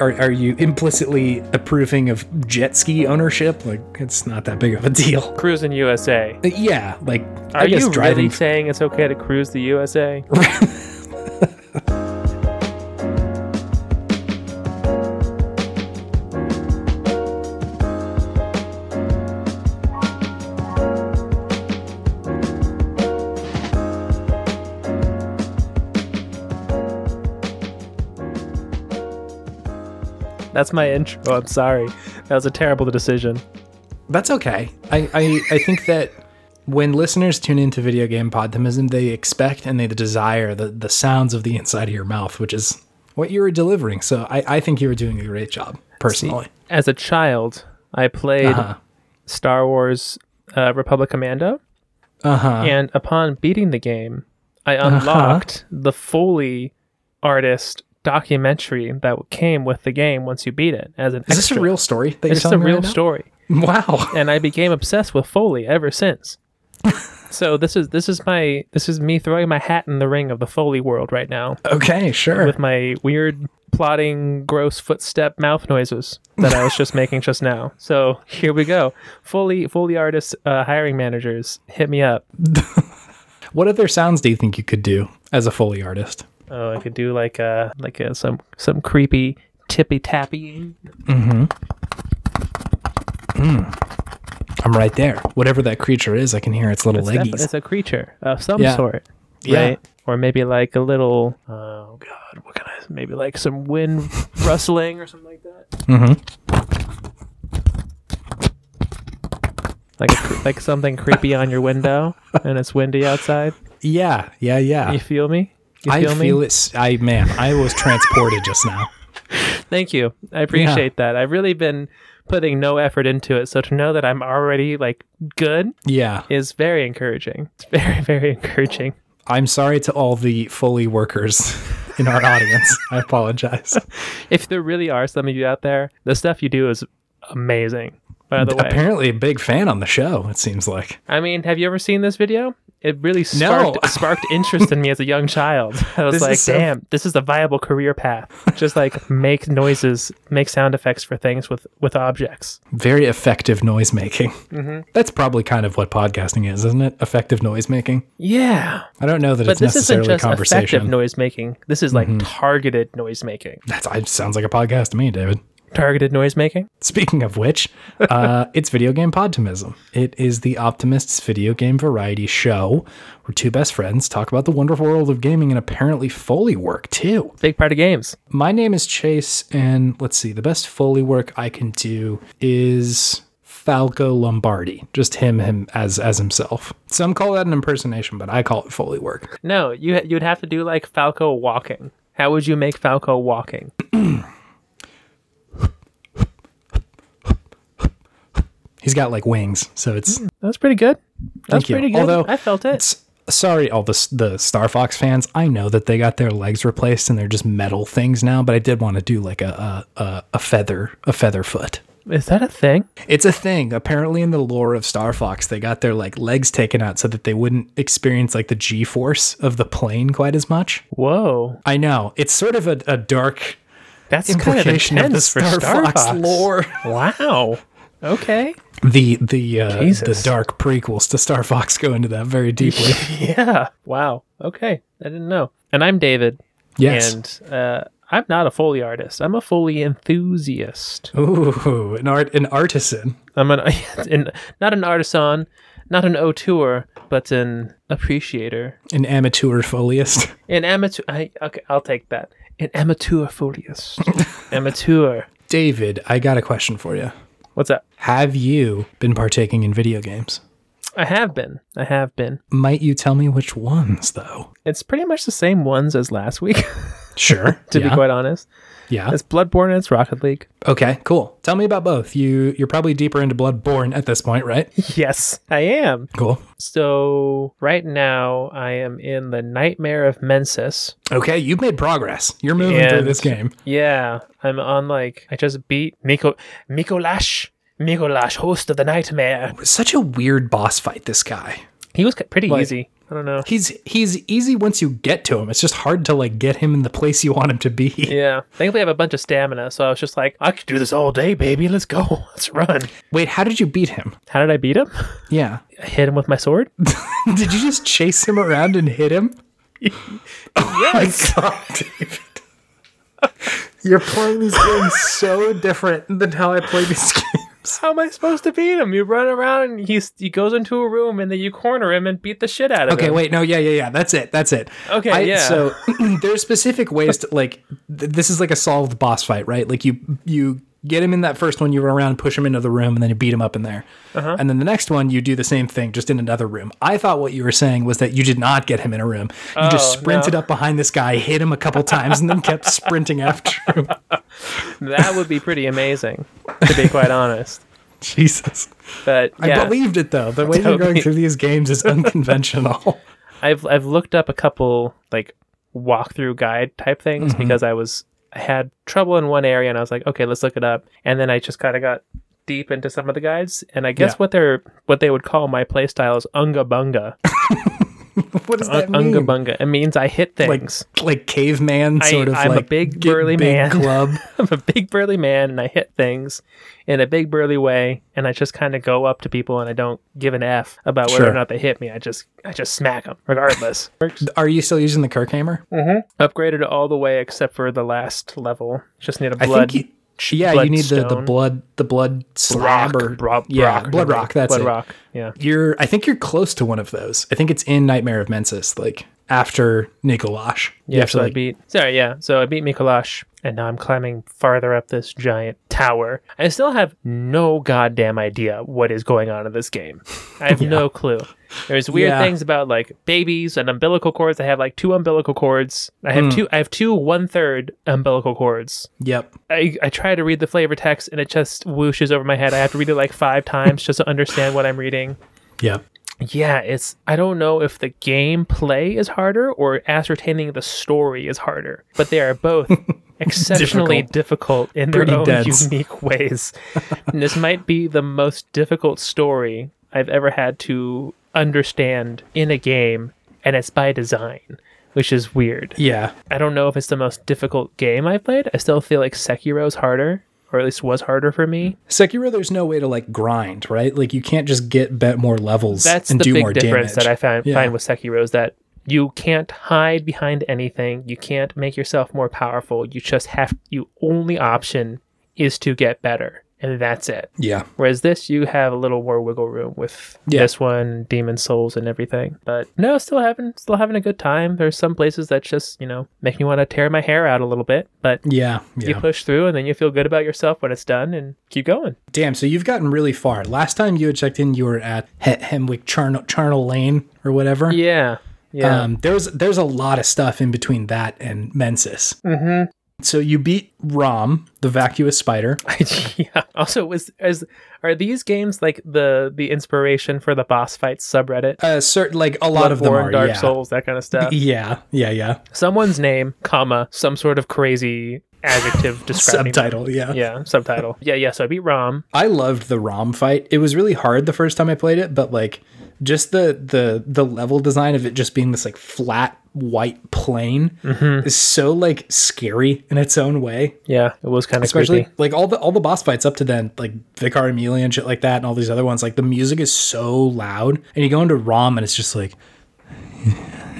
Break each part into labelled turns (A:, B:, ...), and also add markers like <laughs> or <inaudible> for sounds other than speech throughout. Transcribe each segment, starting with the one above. A: are, are you implicitly approving of jet ski ownership? Like, it's not that big of a deal.
B: Cruising USA.
A: Uh, Yeah, like
B: Are
A: I
B: you
A: guess
B: really
A: driving.
B: saying it's okay to cruise the USA? That's my intro. I'm sorry. That was a terrible decision.
A: That's okay. I, I I think that when listeners tune into video game podtimism, they expect and they desire the the sounds of the inside of your mouth, which is what you were delivering. So I I think you were doing a great job personally.
B: As a child, I played
A: Uh-huh.
B: Star Wars uh, Republic Commando.
A: Uh huh.
B: And upon beating the game, I
A: Uh-huh.
B: unlocked the Foley artist documentary that came with the game once you beat it as an
A: Is this
B: extra.
A: a real story? That
B: It's
A: you're
B: a
A: telling me
B: real
A: right now?
B: story,
A: Wow. <laughs>
B: and I became obsessed with Foley ever since. so this is this is my this is me throwing my hat in the ring of the Foley world right now
A: Okay. Sure.
B: with my weird plotting gross footstep mouth noises that I was just making just now. So here we go. Foley Foley artists uh, hiring managers hit me up.
A: What other sounds do you think you could do as a foley artist?
B: Oh, I could do like uh like uh some some creepy tippy tappy.
A: I'm right there. Whatever that creature is, I can hear its little
B: It's, def-
A: leggies.
B: it's a creature of some
A: Yeah.
B: sort,
A: Yeah.
B: right? Or maybe like a little oh god, what can I maybe like some wind <laughs> rustling or something like that.
A: Mhm.
B: Like a, cre- like something creepy on your window and it's windy outside.
A: Yeah. Yeah. Yeah.
B: You feel me? You
A: I
B: feel me?
A: feel it. s- I man, I was transported just now.
B: Thank you. I appreciate that. I've really been putting no effort into it, so to know that I'm already like good
A: Yeah.
B: is very encouraging. It's very <laughs> very encouraging.
A: I'm sorry to all the Foley workers in our audience. I apologize.
B: <laughs> if there really are some of you out there, the stuff you do is amazing. By the way,
A: Apparently, a big fan on the show, it seems like.
B: I mean, have you ever seen this video? It really sparked sparked interest in me as a young child.
A: <laughs>
B: I was
A: This is
B: like,
A: so-
B: damn, this is a viable career path. Just like make noises, make sound effects for things with with objects.
A: Very effective noise making.
B: Mm-hmm.
A: That's probably kind of what podcasting is, isn't it? Effective noise making.
B: Yeah,
A: I don't know that
B: but
A: it's
B: this isn't
A: necessarily
B: just effective
A: conversation. Mm-hmm.
B: noise making. This is like targeted noise making.
A: That's I sounds like a podcast to me, David.
B: Targeted noise making.
A: Speaking of which, uh, it's Video Game Podtimism. It is the Optimist's video game variety show where two best friends talk about the wonderful world of gaming and apparently Foley work too.
B: Big part of games.
A: My name is Chase, and let's see, the best Foley work I can do is Falco Lombardi, just him, him as as himself. Some call that an impersonation, but I call it Foley work.
B: No, you ha- you'd have to do like Falco walking. How would you make Falco walking?
A: He's got like wings, so it's
B: That's pretty good. That's
A: Thank you.
B: pretty good.
A: Although-
B: I felt it.
A: it's sorry all the s- the Star Fox fans. I know that they got their legs replaced and they're just metal things now, but I did want to do like a a, a, a feather a feather foot.
B: Is that a thing?
A: It's a thing. Apparently, in the lore of Star Fox, they got their like legs taken out so that they wouldn't experience like the G force of the plane quite as much.
B: Whoa,
A: I know it's sort of a, a dark
B: that's kind of
A: implication of, the
B: intense for
A: Star, Fox, lore.
B: Wow. Okay.
A: The the uh, the
B: Jesus.
A: dark prequels to Star Fox go into that very deeply.
B: <laughs> Yeah. Wow. Okay. I didn't know. And I'm David.
A: yes.
B: And uh, I'm not a Foley artist. I'm a Foley enthusiast.
A: Ooh, an art an artisan.
B: I'm an, <laughs> an not an artisan, not an auteur, but an appreciator,
A: an amateur foliist. <laughs>
B: an amateur. I, okay, I'll take that. An amateur <laughs> foliist. amateur.
A: David, I got a question for you.
B: What's up?
A: Have you been partaking in video games?
B: I have been. I have been.
A: Might you tell me which ones, though?
B: It's pretty much the same ones as last week, <laughs>
A: Sure. <laughs>
B: to
A: yeah. Uh-huh.
B: be quite honest.
A: yeah.
B: It's Bloodborne and it's
A: <laughs>
B: Rocket League.
A: Okay. Cool. Tell me about both. You you're probably deeper into Bloodborne at this point,
B: <laughs>
A: right?
B: Yes, I am.
A: Cool.
B: So right now I am in the Nightmare of Mensis.
A: Okay. You've made progress. You're moving through
B: And-
A: this game.
B: Yeah, I'm on like I just beat Miko Miko Lash. Miko Lash, host of the Nightmare.
A: Such a weird boss fight. This guy.
B: He was c- pretty
A: Like-
B: easy. I don't know.
A: He's he's easy once you get to him. It's just hard to like get him in the place you want him to be.
B: Yeah. Thankfully, I have a bunch of stamina, so I was just like, I could do this all day, baby. Let's go. <laughs> Let's run.
A: Wait, how did you beat him?
B: How did I beat him? <laughs>
A: Yeah.
B: I hit him with my sword.
A: <laughs> did you just chase him around and hit him? <laughs>
B: <laughs> Yes.
A: God, David. You're playing these games so different than how I play these <laughs> games.
B: How am I supposed to beat him? You run around and he's, he goes into a room and then you corner him and beat the shit out of
A: Okay,
B: him.
A: wait, no, yeah, yeah, yeah. That's it. That's it.
B: Okay,
A: I,
B: yeah.
A: So <clears throat> there are specific ways to like. Th- this is like a solved boss fight, right? Like you you get him in that first one, you run around, push him into the room, and then you beat him up in there.
B: Uh-huh.
A: And then the next one, you do the same thing, just in another room. I thought what you were saying was that you did not get him in a room. You just
B: Oh,
A: sprinted
B: no.
A: up behind this guy, hit him a couple times, and then kept sprinting after him. <laughs>
B: That would be pretty amazing, to be quite honest.
A: Jesus.
B: But yeah,
A: I believed it though. The way you're going
B: Totally.
A: through these games
B: <laughs>
A: is unconventional.
B: I've I've looked up a couple like walkthrough guide type things
A: Mm-hmm.
B: because I was I had trouble in one area and I was like, okay, let's look it up. And then I just kind of got deep into some of the guides, and I guess
A: Yeah.
B: what they're what they would call my playstyle is unga bunga.
A: what does that mean?
B: Unga bunga. It means I hit
A: like
B: things.
A: like caveman
B: I-
A: sort of
B: I'm a
A: like
B: big
A: get
B: burly
A: big
B: man. <laughs>
A: club.
B: I'm a big burly man and I hit things in a big burly way, and I just kind of go up to people and I don't give an f about whether
A: Sure.
B: or not they hit me. I just I just smack them
A: <laughs>
B: regardless. Works.
A: Are you still using the Kirk hammer?
B: upgraded all the way except for the last level. Just need a
A: I
B: blood.
A: think you, yeah,
B: blood
A: you need the, the
B: stone.
A: blood the blood slab or
B: bro-
A: yeah,
B: rock or
A: blood
B: something.
A: rock. That's
B: blood
A: it.
B: rock. Yeah.
A: You're I think you're close to one of those. I think it's in Nightmare of Mensis, like after Nikolash. you
B: Yeah,
A: have to
B: so I
A: like
B: beat. Sorry, yeah. So I beat Mikolash, and now I'm climbing farther up this giant tower. I still have no goddamn idea what is going on in this game. I <laughs> have no clue. There's weird
A: Yeah.
B: things about like babies and umbilical cords. I have like two umbilical cords. I have two. I have two one third umbilical cords.
A: Yep.
B: I, I try to read the flavor text and it just whooshes over my head. I have to read it like five times just to understand what I'm reading.
A: Yep.
B: Yeah, it's I don't know if the gameplay is harder or ascertaining the story is harder, but they
A: <laughs>
B: are both exceptionally difficult, in their
A: Pretty
B: own
A: dense. <laughs>
B: unique ways. and this might be the most difficult story I've ever had to understand in a game, and it's by design, which is weird.
A: Yeah.
B: I don't know if it's the most difficult game I've played. I still feel like Sekiro's harder, or at least was harder for me.
A: Sekiro, there's no way to like grind, right? Like you can't just get bet more levels
B: That's
A: and
B: the
A: do
B: big
A: more
B: difference
A: damage.
B: that I find,
A: Yeah.
B: find with Sekiro is that you can't hide behind anything. You can't make yourself more powerful. You just have you only option is to get better, and that's it.
A: yeah.
B: Whereas this, you have a little more wiggle room with
A: Yeah.
B: this one, Demon Souls, and everything. But no, still having still having a good time. There's some places that just you know make me want to tear my hair out a little bit, but
A: Yeah. Yeah.
B: you push through, and then you feel good about yourself when it's done, and keep going.
A: Damn, so you've gotten really far. Last time you had checked in, you were at he- Hemwick Charnel, Charnel Lane or whatever.
B: Yeah, yeah.
A: Um, there's there's a lot of stuff in between that and Mensis. Mm-hmm. So you beat Rom, the vacuous spider.
B: <laughs> yeah. Also, was as are these games like the the inspiration for the boss fight subreddit?
A: Uh, certain like a lot of them
B: Bloodborne,
A: are.
B: Dark
A: yeah. e-
B: Souls, that kind of
A: <laughs>
B: stuff.
A: Yeah, yeah, yeah.
B: Someone's name, comma, some sort of crazy
A: <laughs>
B: adjective describing. them.
A: Subtitle, yeah.
B: <laughs> Yeah, subtitle. Yeah, yeah. So I beat Rom.
A: I loved the ROM fight. It was really hard the first time I played it, but like just the the the level design of it just being this like flat white plane is so like scary in its own way.
B: Yeah, it was kind of
A: Especially
B: creepy.
A: like all the all the boss fights up to then, like Vicar Amelia and shit like that, and all these other ones. Like the music is so loud, and you go into ROM and it's just like. <laughs>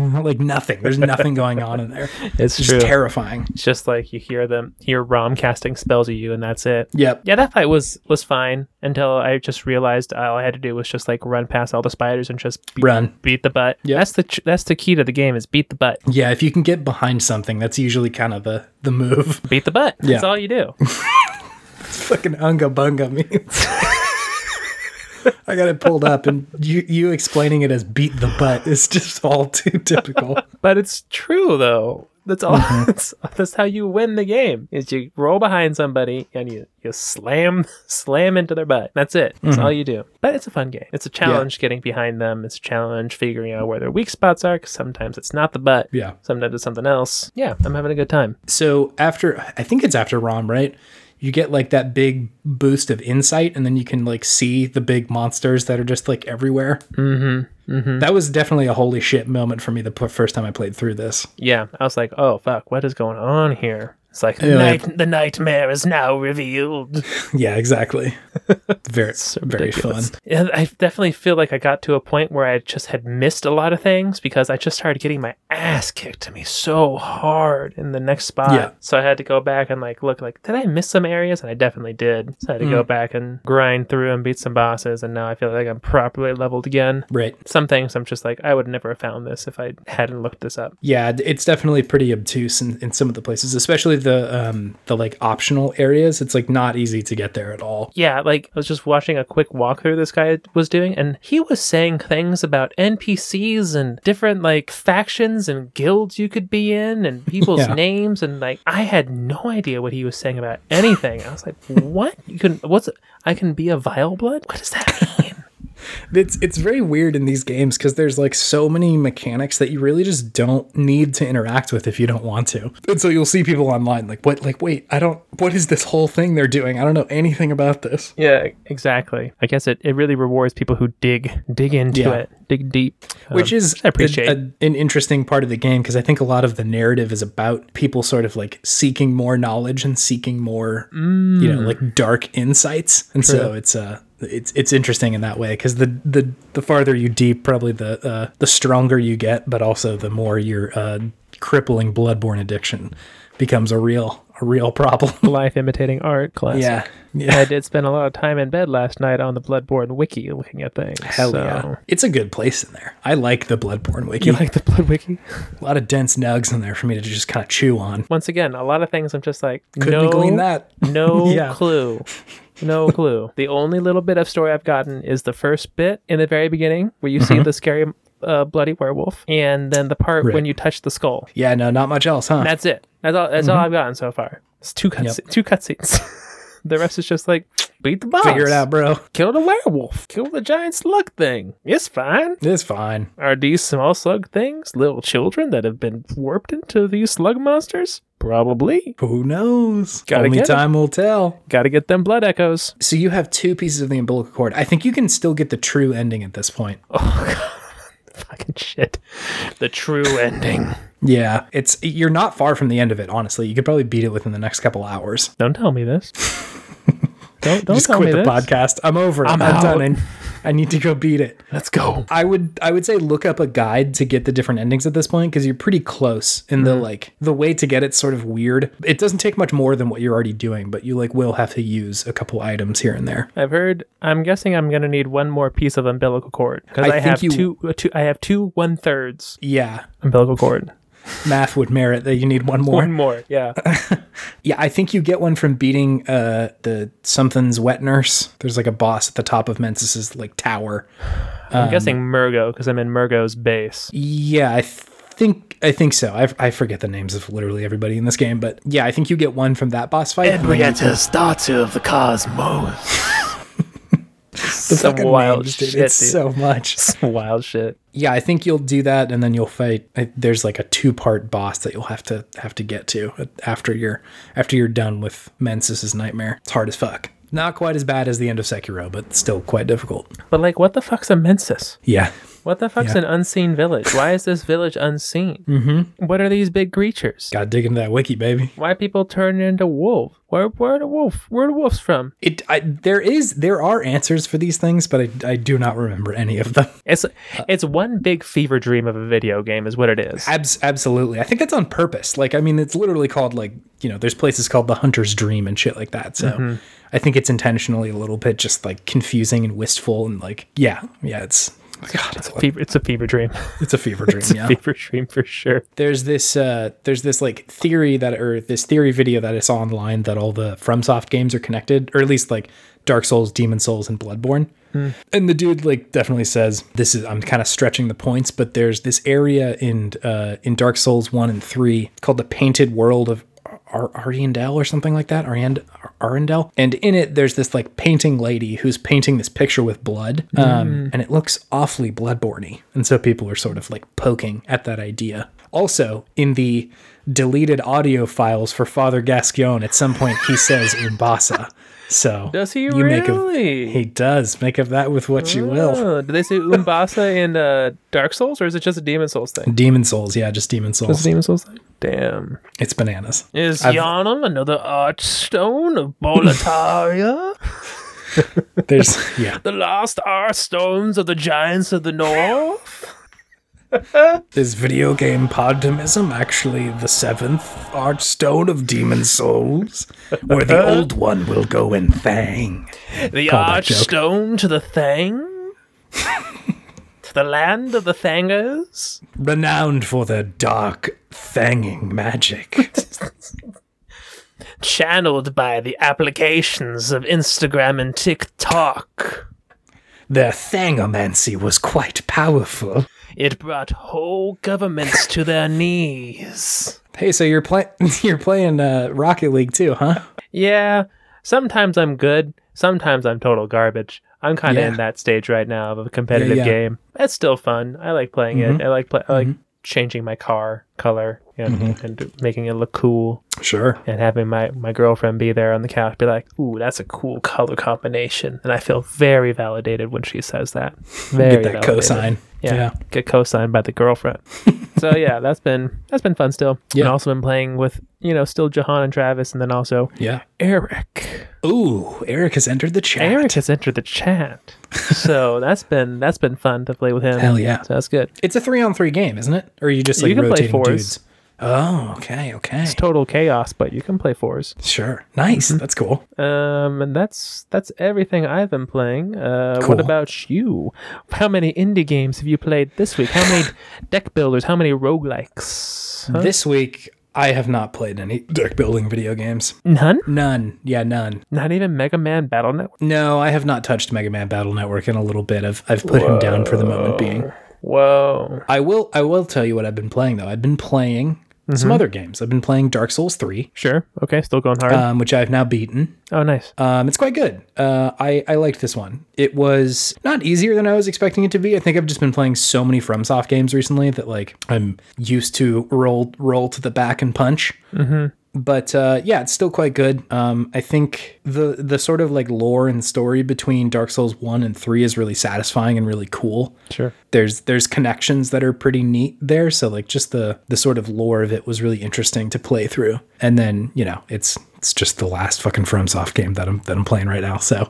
A: Like nothing. There's nothing going on in there.
B: <laughs> It's
A: just
B: true.
A: terrifying.
B: It's just like you hear them hear Rom casting spells at you, and that's it.
A: Yep.
B: Yeah, that fight was was fine until I just realized all I had to do was just like run past all the spiders and just beat,
A: Run.
B: beat the butt.
A: Yeah.
B: that's the tr- that's the key to the game is beat the butt.
A: Yeah, if you can get behind something, that's usually kind of the the move. <laughs>
B: beat the butt. That's
A: Yeah.
B: all
A: <laughs>
B: you do.
A: fucking unga bunga means. <laughs> I got it pulled up, and you you explaining it as beat the butt is just all too typical.
B: <laughs> but it's true though. That's all.
A: Mm-hmm.
B: <laughs> That's, that's how you win the game. Is you roll behind somebody and you you slam <laughs> slam into their butt. That's it. That's
A: Mm-hmm.
B: all you do. But it's a fun game. It's a challenge getting behind them. It's a challenge figuring out where their weak spots are. Because sometimes it's not the butt.
A: Yeah.
B: Sometimes it's something else. Yeah. I'm having a good time.
A: So after, I think it's after Rom, right? you get like that big boost of insight and then you can like see the big monsters that are just like everywhere.
B: Mm-hmm. Mm-hmm.
A: That was definitely a holy shit moment for me the p- first time I played through this. <laughs>
B: Yeah, I was like, oh fuck, what is going on here? It's like
A: Yeah,
B: the,
A: like-
B: night, the nightmare is now revealed.
A: Yeah,
B: <laughs>
A: exactly. Very
B: So
A: very fun.
B: ridiculous. Yeah, I definitely feel like I got to a point where I just had missed a lot of things because I just started getting my ass kicked to me so hard in the next spot.
A: Yeah.
B: So I had to go back and like look like did I miss some areas? And I definitely did. So I had to
A: Mm.
B: go back and grind through and beat some bosses and now I feel like I'm properly leveled again.
A: Right.
B: Some things I'm just like I would never have found this if I hadn't looked this up.
A: Yeah, d- it's definitely pretty obtuse in, in some of the places, especially the um the like optional areas. It's like not easy to get there at all.
B: Yeah, like I was just watching a quick walkthrough this guy was doing, and he was saying things about NPCs and different like factions and guilds you could be in
A: <laughs>
B: and people's
A: Yeah.
B: names, and like I had no idea what he was saying about anything. I was like, "What? You can? What's? I can be a vile blood? What does that
A: <laughs>
B: mean?"
A: It's it's very weird in these games because there's like so many mechanics that you really just don't need to interact with if you don't want to. And so you'll see people online like what like wait, I don't what is this whole thing they're doing? I don't know anything about this.
B: yeah, exactly. I guess it, it really rewards people who dig dig into
A: Yeah.
B: it, dig deep,
A: Which
B: Um,
A: is
B: I appreciate.
A: a- a- an interesting part of the game because I think a lot of the narrative is about people sort of like seeking more knowledge and seeking more, you know, like dark insights. And so
B: Mm. True.
A: it's uh it's it's interesting in that way because the the the farther you deep, probably the uh, the stronger you get, but also the more your uh, crippling bloodborne addiction becomes a real a real problem.
B: <laughs>
A: <laughs>
B: life imitating art class.
A: yeah,
B: I <laughs>
A: yeah.
B: did spend a lot of time in bed last night on the Bloodborne wiki looking at things.
A: Hell
B: so.
A: yeah. It's a good place in there. I like the Bloodborne wiki.
B: You like the Blood Wiki?
A: a lot of dense nugs in there for me to just kind of chew on.
B: Once again, a lot of things I'm just like,
A: Couldn't
B: no,
A: clean that.
B: <laughs> no
A: Yeah.
B: clue. No <laughs> clue. The only little bit of story I've gotten is the first bit in the very beginning where you see the scary, uh, bloody werewolf, and then the part
A: Right.
B: when you touch the skull.
A: Yeah, no, not much else, huh?
B: That's it. That's all. That's all I've gotten so far. It's two cuts. Two cutscenes. <laughs> the rest is just like beat the boss.
A: Figure it out, bro.
B: Kill the werewolf. Kill the giant slug thing. It's fine.
A: It's fine.
B: Are these small slug things little children that have been warped into these slug monsters? Probably.
A: Who knows?
B: Gotta
A: Only
B: get it.
A: time will tell.
B: Gotta get them blood
A: <laughs>
B: echoes.
A: So you have two pieces of the umbilical cord. I think you can still get the true ending at this point.
B: Oh, God. Fucking shit. The true ending.
A: Yeah, it's you're not far from the end of it. Honestly, you could probably beat it within the next couple hours.
B: Don't tell me
A: <laughs>
B: this. Don't, don't
A: Just
B: tell me
A: quit the
B: this.
A: podcast. I'm over.
B: I'm out.
A: done. And I need to go beat it.
B: Let's go.
A: I would I would say look up a guide to get the different endings at this point because you're pretty close and
B: Mm-hmm.
A: the like the way to get it's sort of weird. It doesn't take much more than what you're already doing, but you like will have to use a couple items here and there.
B: I've heard. I'm guessing I'm gonna need one more piece of umbilical cord because
A: I
B: I,
A: think
B: have
A: you-
B: two, uh, two. I have two one thirds
A: Yeah,
B: umbilical cord.
A: math would merit that you need one more.
B: One more. Yeah.
A: Yeah, I think you get one from beating uh the something's wet nurse. There's like a boss at the top of Mensis's like tower.
B: I'm
A: Um,
B: guessing Murgo because I'm in Murgo's base.
A: Yeah, I think I think so. I, I forget the names of literally everybody in this game, but yeah, I think you get one from that boss fight. and then you-
B: statue of the cosmos.
A: the
B: <laughs> Some
A: fucking
B: wild
A: names, dude.
B: shit,
A: It's
B: dude.
A: so much.
B: Wild shit.
A: Yeah, I think you'll do that, and then you'll fight. I, there's like a two part boss that you'll have to have to get to uh, after you're after you're done with Mensis's nightmare. It's hard as fuck. Not quite as bad as the end of Sekiro, but still quite difficult.
B: But like, what the fuck's a mensis?
A: Yeah.
B: What the fuck's
A: Yeah.
B: an unseen village? Why is this village unseen? Mm-hmm. What are these big creatures?
A: Gotta dig into that wiki, baby.
B: Why people turn into wolf? Where where the wolf? Where the wolves from?
A: It I, there is there are answers for these things, but I, I do not remember any of them.
B: It's it's one big fever dream of a video game, is what it is.
A: Abs- absolutely, I think that's on purpose. Like I mean, it's literally called like you know, there's places called the Hunter's Dream and shit like that. So I think it's intentionally a little bit just like confusing and wistful and like yeah yeah it's Oh God it's,
B: Fever, it's a fever dream. <laughs>
A: it's a <laughs> fever dream yeah.
B: fever dream for sure.
A: there's this uh, there's this like theory that or this theory video that I saw online that all the FromSoft games are connected, or at least like Dark Souls, Demon Souls, and Bloodborne. And the dude like definitely says this is I'm kind of stretching the points, but there's this area in uh, in Dark Souls one and three called the Painted World of Ar- Ariandel or something like that, Ariand- Ar- Arendelle. And in it, there's this like painting lady who's painting this picture with blood,
B: Mm.
A: um, and it looks awfully bloodborne And so people are sort of like poking at that idea. Also, in the deleted audio files for Father Gascon, at some point he says Umbasa. So
B: Does he
A: make of,
B: really?
A: he does make of that with what you will.
B: Oh, do they say Umbasa in uh, Dark Souls, or is it just a Demon Souls thing?
A: Demon Souls, yeah, Oh. just Demon
B: Just
A: Souls.
B: a Demon Souls thing. Damn.
A: It's bananas.
B: Is
A: I've-
B: Yanam another Archstone of
A: <laughs>
B: Boletaria?
A: There's yeah.
B: the last Archstones of the Giants of the North?
A: Is video game podtimism actually the seventh art stone of demon souls? Where the old one will go in fang.
B: The
A: Callback joke.
B: Archstone to the
A: <laughs>
B: Thang? to the land of the Thangers?
A: Renowned for their dark thanging <laughs> magic.
B: Channeled by the applications of Instagram and TikTok.
A: their thangomancy was quite powerful.
B: It brought whole governments
A: <laughs>
B: to their knees.
A: Hey, so you're playing <laughs> you're playing uh, Rocket League too, huh?
B: Yeah, sometimes I'm good, sometimes I'm total garbage. I'm kind of
A: Yeah.
B: in that stage right now of a competitive
A: yeah. Mm-hmm.
B: game. It's still fun. I like playing it. I like play- I like changing my car color and,
A: Mm-hmm.
B: and making it look cool
A: Sure.
B: and having my, my girlfriend be there on the couch be like, "Ooh, that's a cool color combination." And I feel very validated when she says that.
A: <laughs>
B: Very
A: Get that
B: validated.
A: cosine.
B: Yeah. Get co-signed by
A: <laughs>
B: the girlfriend. so yeah, that's been that's been fun still.
A: Yeah.
B: And also been playing with, you know, still Jahan and Travis and then also
A: Yeah.
B: Eric.
A: Ooh, Eric has entered the chat.
B: Eric has entered the chat.
A: <laughs>
B: so that's been that's been fun to play with him.
A: Hell yeah.
B: So that's good.
A: It's a three on three game, isn't it? Or are you just like
B: you can play
A: rotating
B: fours.
A: dudes? Oh, okay, okay. Mm-hmm.
B: It's total chaos, but you can play fours.
A: Sure. Nice. That's cool.
B: Um and that's that's everything I've been playing. Uh
A: Cool.
B: what about you? How many indie games have you played this week? How many deck builders? How many roguelikes? Huh?
A: This week, I have not played any deck building video games.
B: None?
A: None. Yeah, none.
B: Not even Mega Man Battle Network.
A: No, I have not touched Mega Man Battle Network in a little bit. I've I've put him down for the moment being.
B: Whoa.
A: I will I will tell you what I've been playing though. I've been playing
B: Mm-hmm.
A: some other games. I've been playing Dark Souls 3,
B: Sure. Okay. Still going hard.
A: um, which I've now beaten.
B: oh, nice.
A: Um, it's quite good. Uh, I, I liked this one. It was not easier than I was expecting it to be. I think I've just been playing so many FromSoft games recently that like I'm used to roll roll to the back and punch. But uh, yeah, it's still quite good. Um, I think the the sort of like lore and story between Dark Souls one and three is really satisfying and really cool
B: Sure.
A: there's there's connections that are pretty neat there so like just the the sort of lore of it was really interesting to play through and then you know it's it's just the last fucking FromSoft game that I'm that I'm playing right now so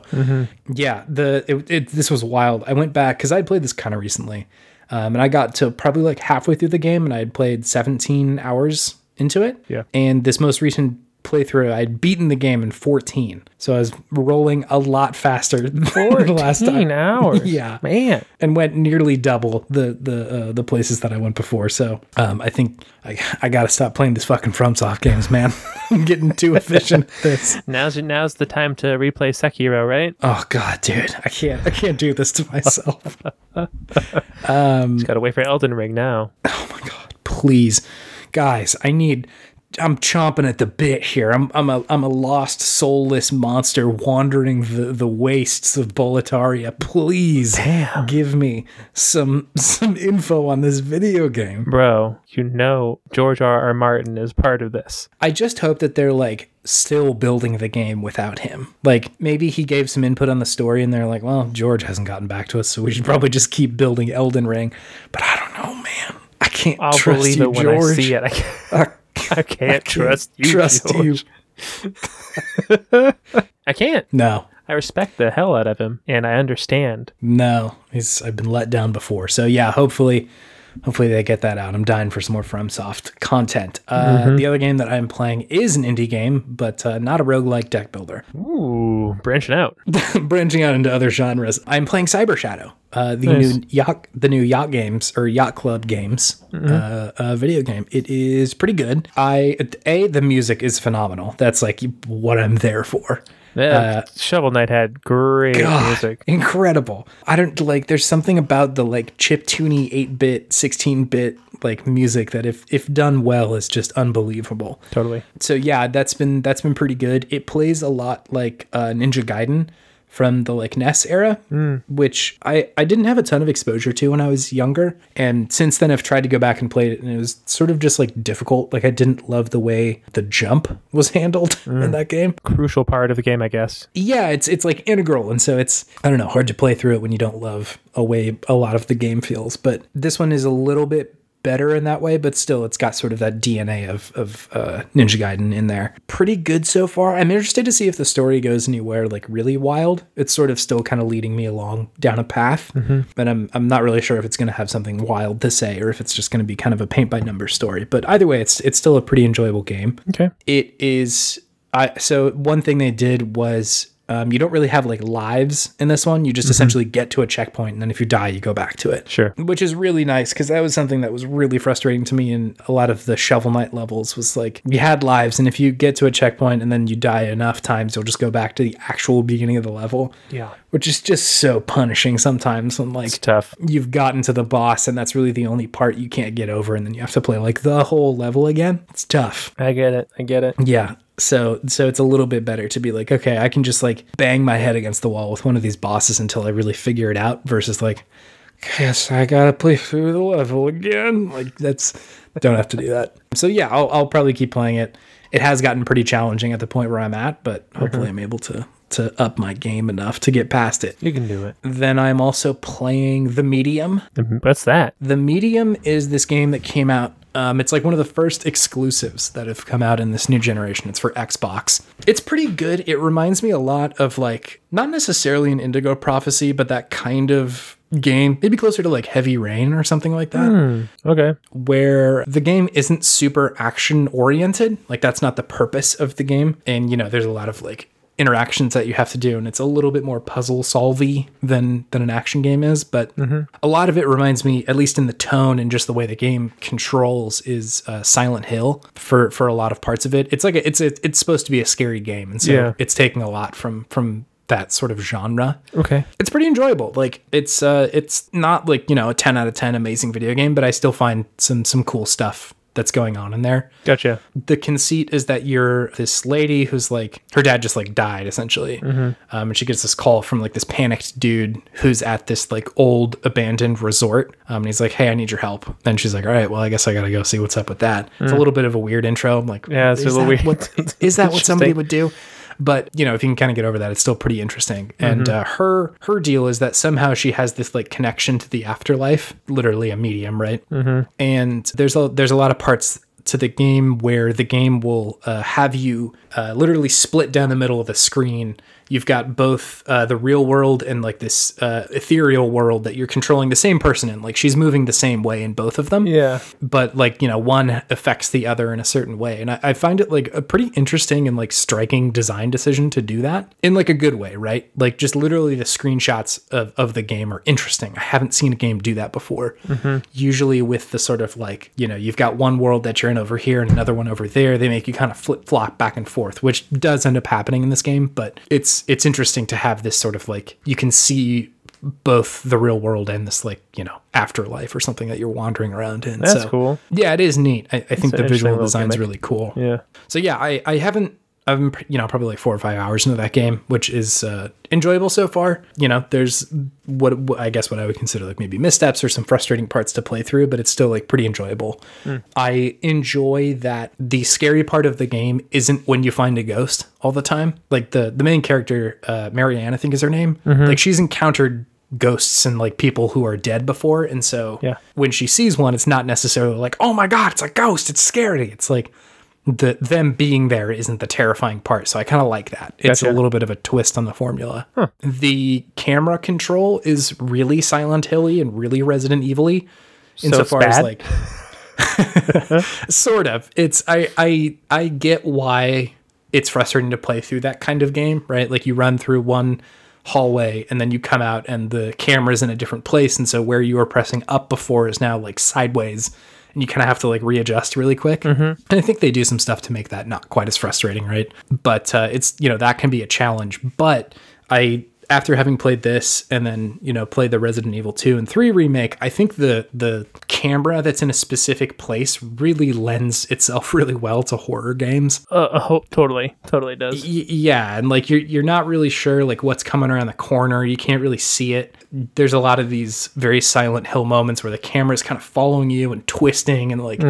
A: yeah the it, it, this was wild I went back because I had played this kind of recently um, and I got to probably like halfway through the game and I had played 17 hours into it
B: Yeah.
A: and this most recent playthrough I'd beaten the game in 14 so I was rolling a lot faster than the last time
B: 14
A: <laughs>
B: hours.
A: Yeah.
B: Man.
A: and went nearly double the the uh, the places that I went before. So um, I think I, I gotta stop playing these fucking FromSoft games, man. <laughs> I'm getting too efficient at this.
B: Now's now's the time to replay Sekiro, right?
A: Oh god, dude, I can't I can't do this to myself. <laughs> Um,
B: Just gotta wait for Elden Ring now.
A: Oh my god, please, guys, I need. I'm chomping at the bit here. I'm I'm a I'm a lost soulless monster wandering the, the wastes of Boletaria. Please
B: Damn.
A: give me some some info on this video game.
B: Bro, you know George R. R. Martin is part of this.
A: I just hope that they're like still building the game without him. Like maybe he gave some input on the story and they're like, well, George hasn't gotten back to us, so we should probably just keep building Elden Ring. But I don't know, man. I can't
B: I'll
A: trust
B: believe
A: you,
B: it when
A: George.
B: I see it. I can't,
A: I
B: I can't trust you.
A: trust
B: George.
A: you.
B: I can't.
A: No,
B: I respect the hell out of him and I understand.
A: no. He's I've been let down before. So yeah, hopefully hopefully they get that out. I'm dying for some more FromSoft content. Uh,
B: Mm-hmm.
A: the other game that I'm playing is an indie game, but uh, not a roguelike deck builder.
B: Ooh, branching out.
A: branching out into other genres. I'm playing Cyber Shadow, uh, the new yacht, the new yacht games or yacht club games, uh, uh, video game. It is pretty good. I a the music is phenomenal. That's like what I'm there for.
B: Yeah, Uh, Shovel Knight had great
A: God,
B: music.
A: incredible. I don't like. There's something about the like chip tuney eight bit, sixteen bit like music that if if done well is just unbelievable
B: Totally.
A: so yeah, that's been that's been pretty good. It plays a lot like uh, Ninja Gaiden from the like NES era, which I, I didn't have a ton of exposure to when I was younger. And since then, I've tried to go back and play it, and it was sort of just like difficult. Like, I didn't love the way the jump was <laughs> handled in that game.
B: Crucial part of the game, I guess.
A: Yeah, it's it's like integral, and so it's I don't know hard to play through it when you don't love a way a lot of the game feels. But this one is a little bit better in that way, but still it's got sort of that DNA of of uh, Ninja Gaiden in there. Pretty good so far. I'm interested to see if the story goes anywhere like really wild. It's sort of still kind of leading me along down a path, but I'm I'm not really sure if it's going to have something wild to say or if it's just going to be kind of a paint by numbers story. But either way, it's it's still a pretty enjoyable game
B: Okay.
A: it is I so one thing they did was um, you don't really have like lives in this one. You just essentially get to a checkpoint, and then if you die, you go back to it.
B: Mm-hmm. Sure.
A: Which is really nice because that was something that was really frustrating to me in a lot of the Shovel Knight levels. Was like you had lives, and if you get to a checkpoint and then you die enough times, you'll just go back to the actual beginning of the level.
B: Yeah.
A: Which is just so punishing sometimes. When like
B: It's tough.
A: you've gotten to the boss, and that's really the only part you can't get over, and then you have to play like the whole level again. It's tough.
B: I get it. I get it.
A: Yeah. So so it's a little bit better to be like, okay, I can just like bang my head against the wall with one of these bosses until I really figure it out versus like guess I gotta play through the level again. Like that's don't have to do that. So yeah, I'll I'll probably keep playing it. It has gotten pretty challenging at the point where I'm at, but hopefully I'm able to to up my game enough to get past it.
B: You can do it. Mm-hmm.
A: Then I'm also playing The Medium.
B: What's that?
A: The Medium is this game that came out. Um, it's like one of the first exclusives that have come out in this new generation. It's for Xbox. It's pretty good. It reminds me a lot of like not necessarily an Indigo Prophecy, but that kind of game, maybe closer to like Heavy Rain or something like that,
B: Okay.
A: where the game isn't super action oriented. Like that's not the purpose of the game. And you know, there's a lot of like interactions that you have to do and it's a little bit more puzzle solvey than than an action game is but a lot of it reminds me at least in the tone and just the way the game controls is uh, silent hill for for a lot of parts of it it's like a, it's a, it's supposed to be a scary game and so
B: Yeah.
A: it's taking a lot from from that sort of genre
B: Okay.
A: it's pretty enjoyable. Like it's uh it's not like, you know, a 10 out of 10 amazing video game, but I still find some some cool stuff that's going on in there.
B: Gotcha.
A: The conceit is that you're this lady who's like her dad just like died essentially,
B: Mm-hmm.
A: um, and she gets this call from like this panicked dude who's at this like old abandoned resort, um, and he's like, "Hey, I need your help." And she's like, "All right, well, I guess I gotta go see what's up with that." It's a little bit of a weird intro. I'm like,
B: Mm. Yeah, it's a
A: "Is
B: little
A: that
B: weird." <laughs>
A: What, is that what somebody
B: Interesting.
A: would do? But you know, if you can kind of get over that, it's still pretty interesting.
B: Mm-hmm.
A: And uh, her her deal is that somehow she has this like connection to the afterlife, literally a medium, right? Mm-hmm. And there's a there's a lot of parts to the game where the game will uh, have you uh, literally split down the middle of the screen. You've got both uh, the real world and like this uh, ethereal world that you're controlling the same person in. Like she's moving the same way in both of them
B: Yeah.
A: but like you know one affects the other in a certain way and I, I find it like a pretty interesting and like striking design decision to do that in like a good way right like just literally the screenshots of, of the game are interesting i haven't seen a game do that before usually with the sort of like you know you've got one world that you're in over here and another one over there they make you kind of flip-flop back and forth which does end up happening in this game but it's it's interesting to have this sort of like you can see both the real world and this like you know afterlife or something that you're wandering around in
B: That's cool.
A: yeah, it is neat. I, I think the
B: an interesting
A: visual
B: little
A: design's
B: gimmick.
A: really cool.
B: Yeah.
A: So yeah, I, I haven't I'm you know probably like four or five hours into that game, which is uh, enjoyable so far. You know, there's what, what I guess what I would consider like maybe missteps or some frustrating parts to play through, but it's still like pretty enjoyable. I enjoy that the scary part of the game isn't when you find a ghost all the time. Like the the main character, uh, Marianne, I think is her name. Like she's encountered ghosts and like people who are dead before, and so
B: Yeah.
A: when she sees one, it's not necessarily like, oh my god, it's a ghost, it's scary. It's like the them being there isn't the terrifying part. So I kind of like that. It's a
B: Gotcha.
A: little bit of a twist on the formula. The camera control is really Silent Hilly and really Resident Evil-y insofar as
B: bad?
A: like sort of it's I, I i get why it's frustrating to play through that kind of game right like you run through one hallway and then you come out and the camera's in a different place and so where you were pressing up before is now like sideways and you kind of have to like readjust really quick and i think they do some stuff to make that not quite as frustrating right but uh, it's you know that can be a challenge but i after having played this and then you know played the Resident Evil 2 and 3 remake, I think the the camera that's in a specific place really lends itself <laughs> really well to horror games.
B: Uh, uh, ho- totally, totally does.
A: Y- yeah, and like you're you're not really sure like what's coming around the corner. You can't really see it. There's a lot of these very Silent Hill moments where the camera's kind of following you and twisting and like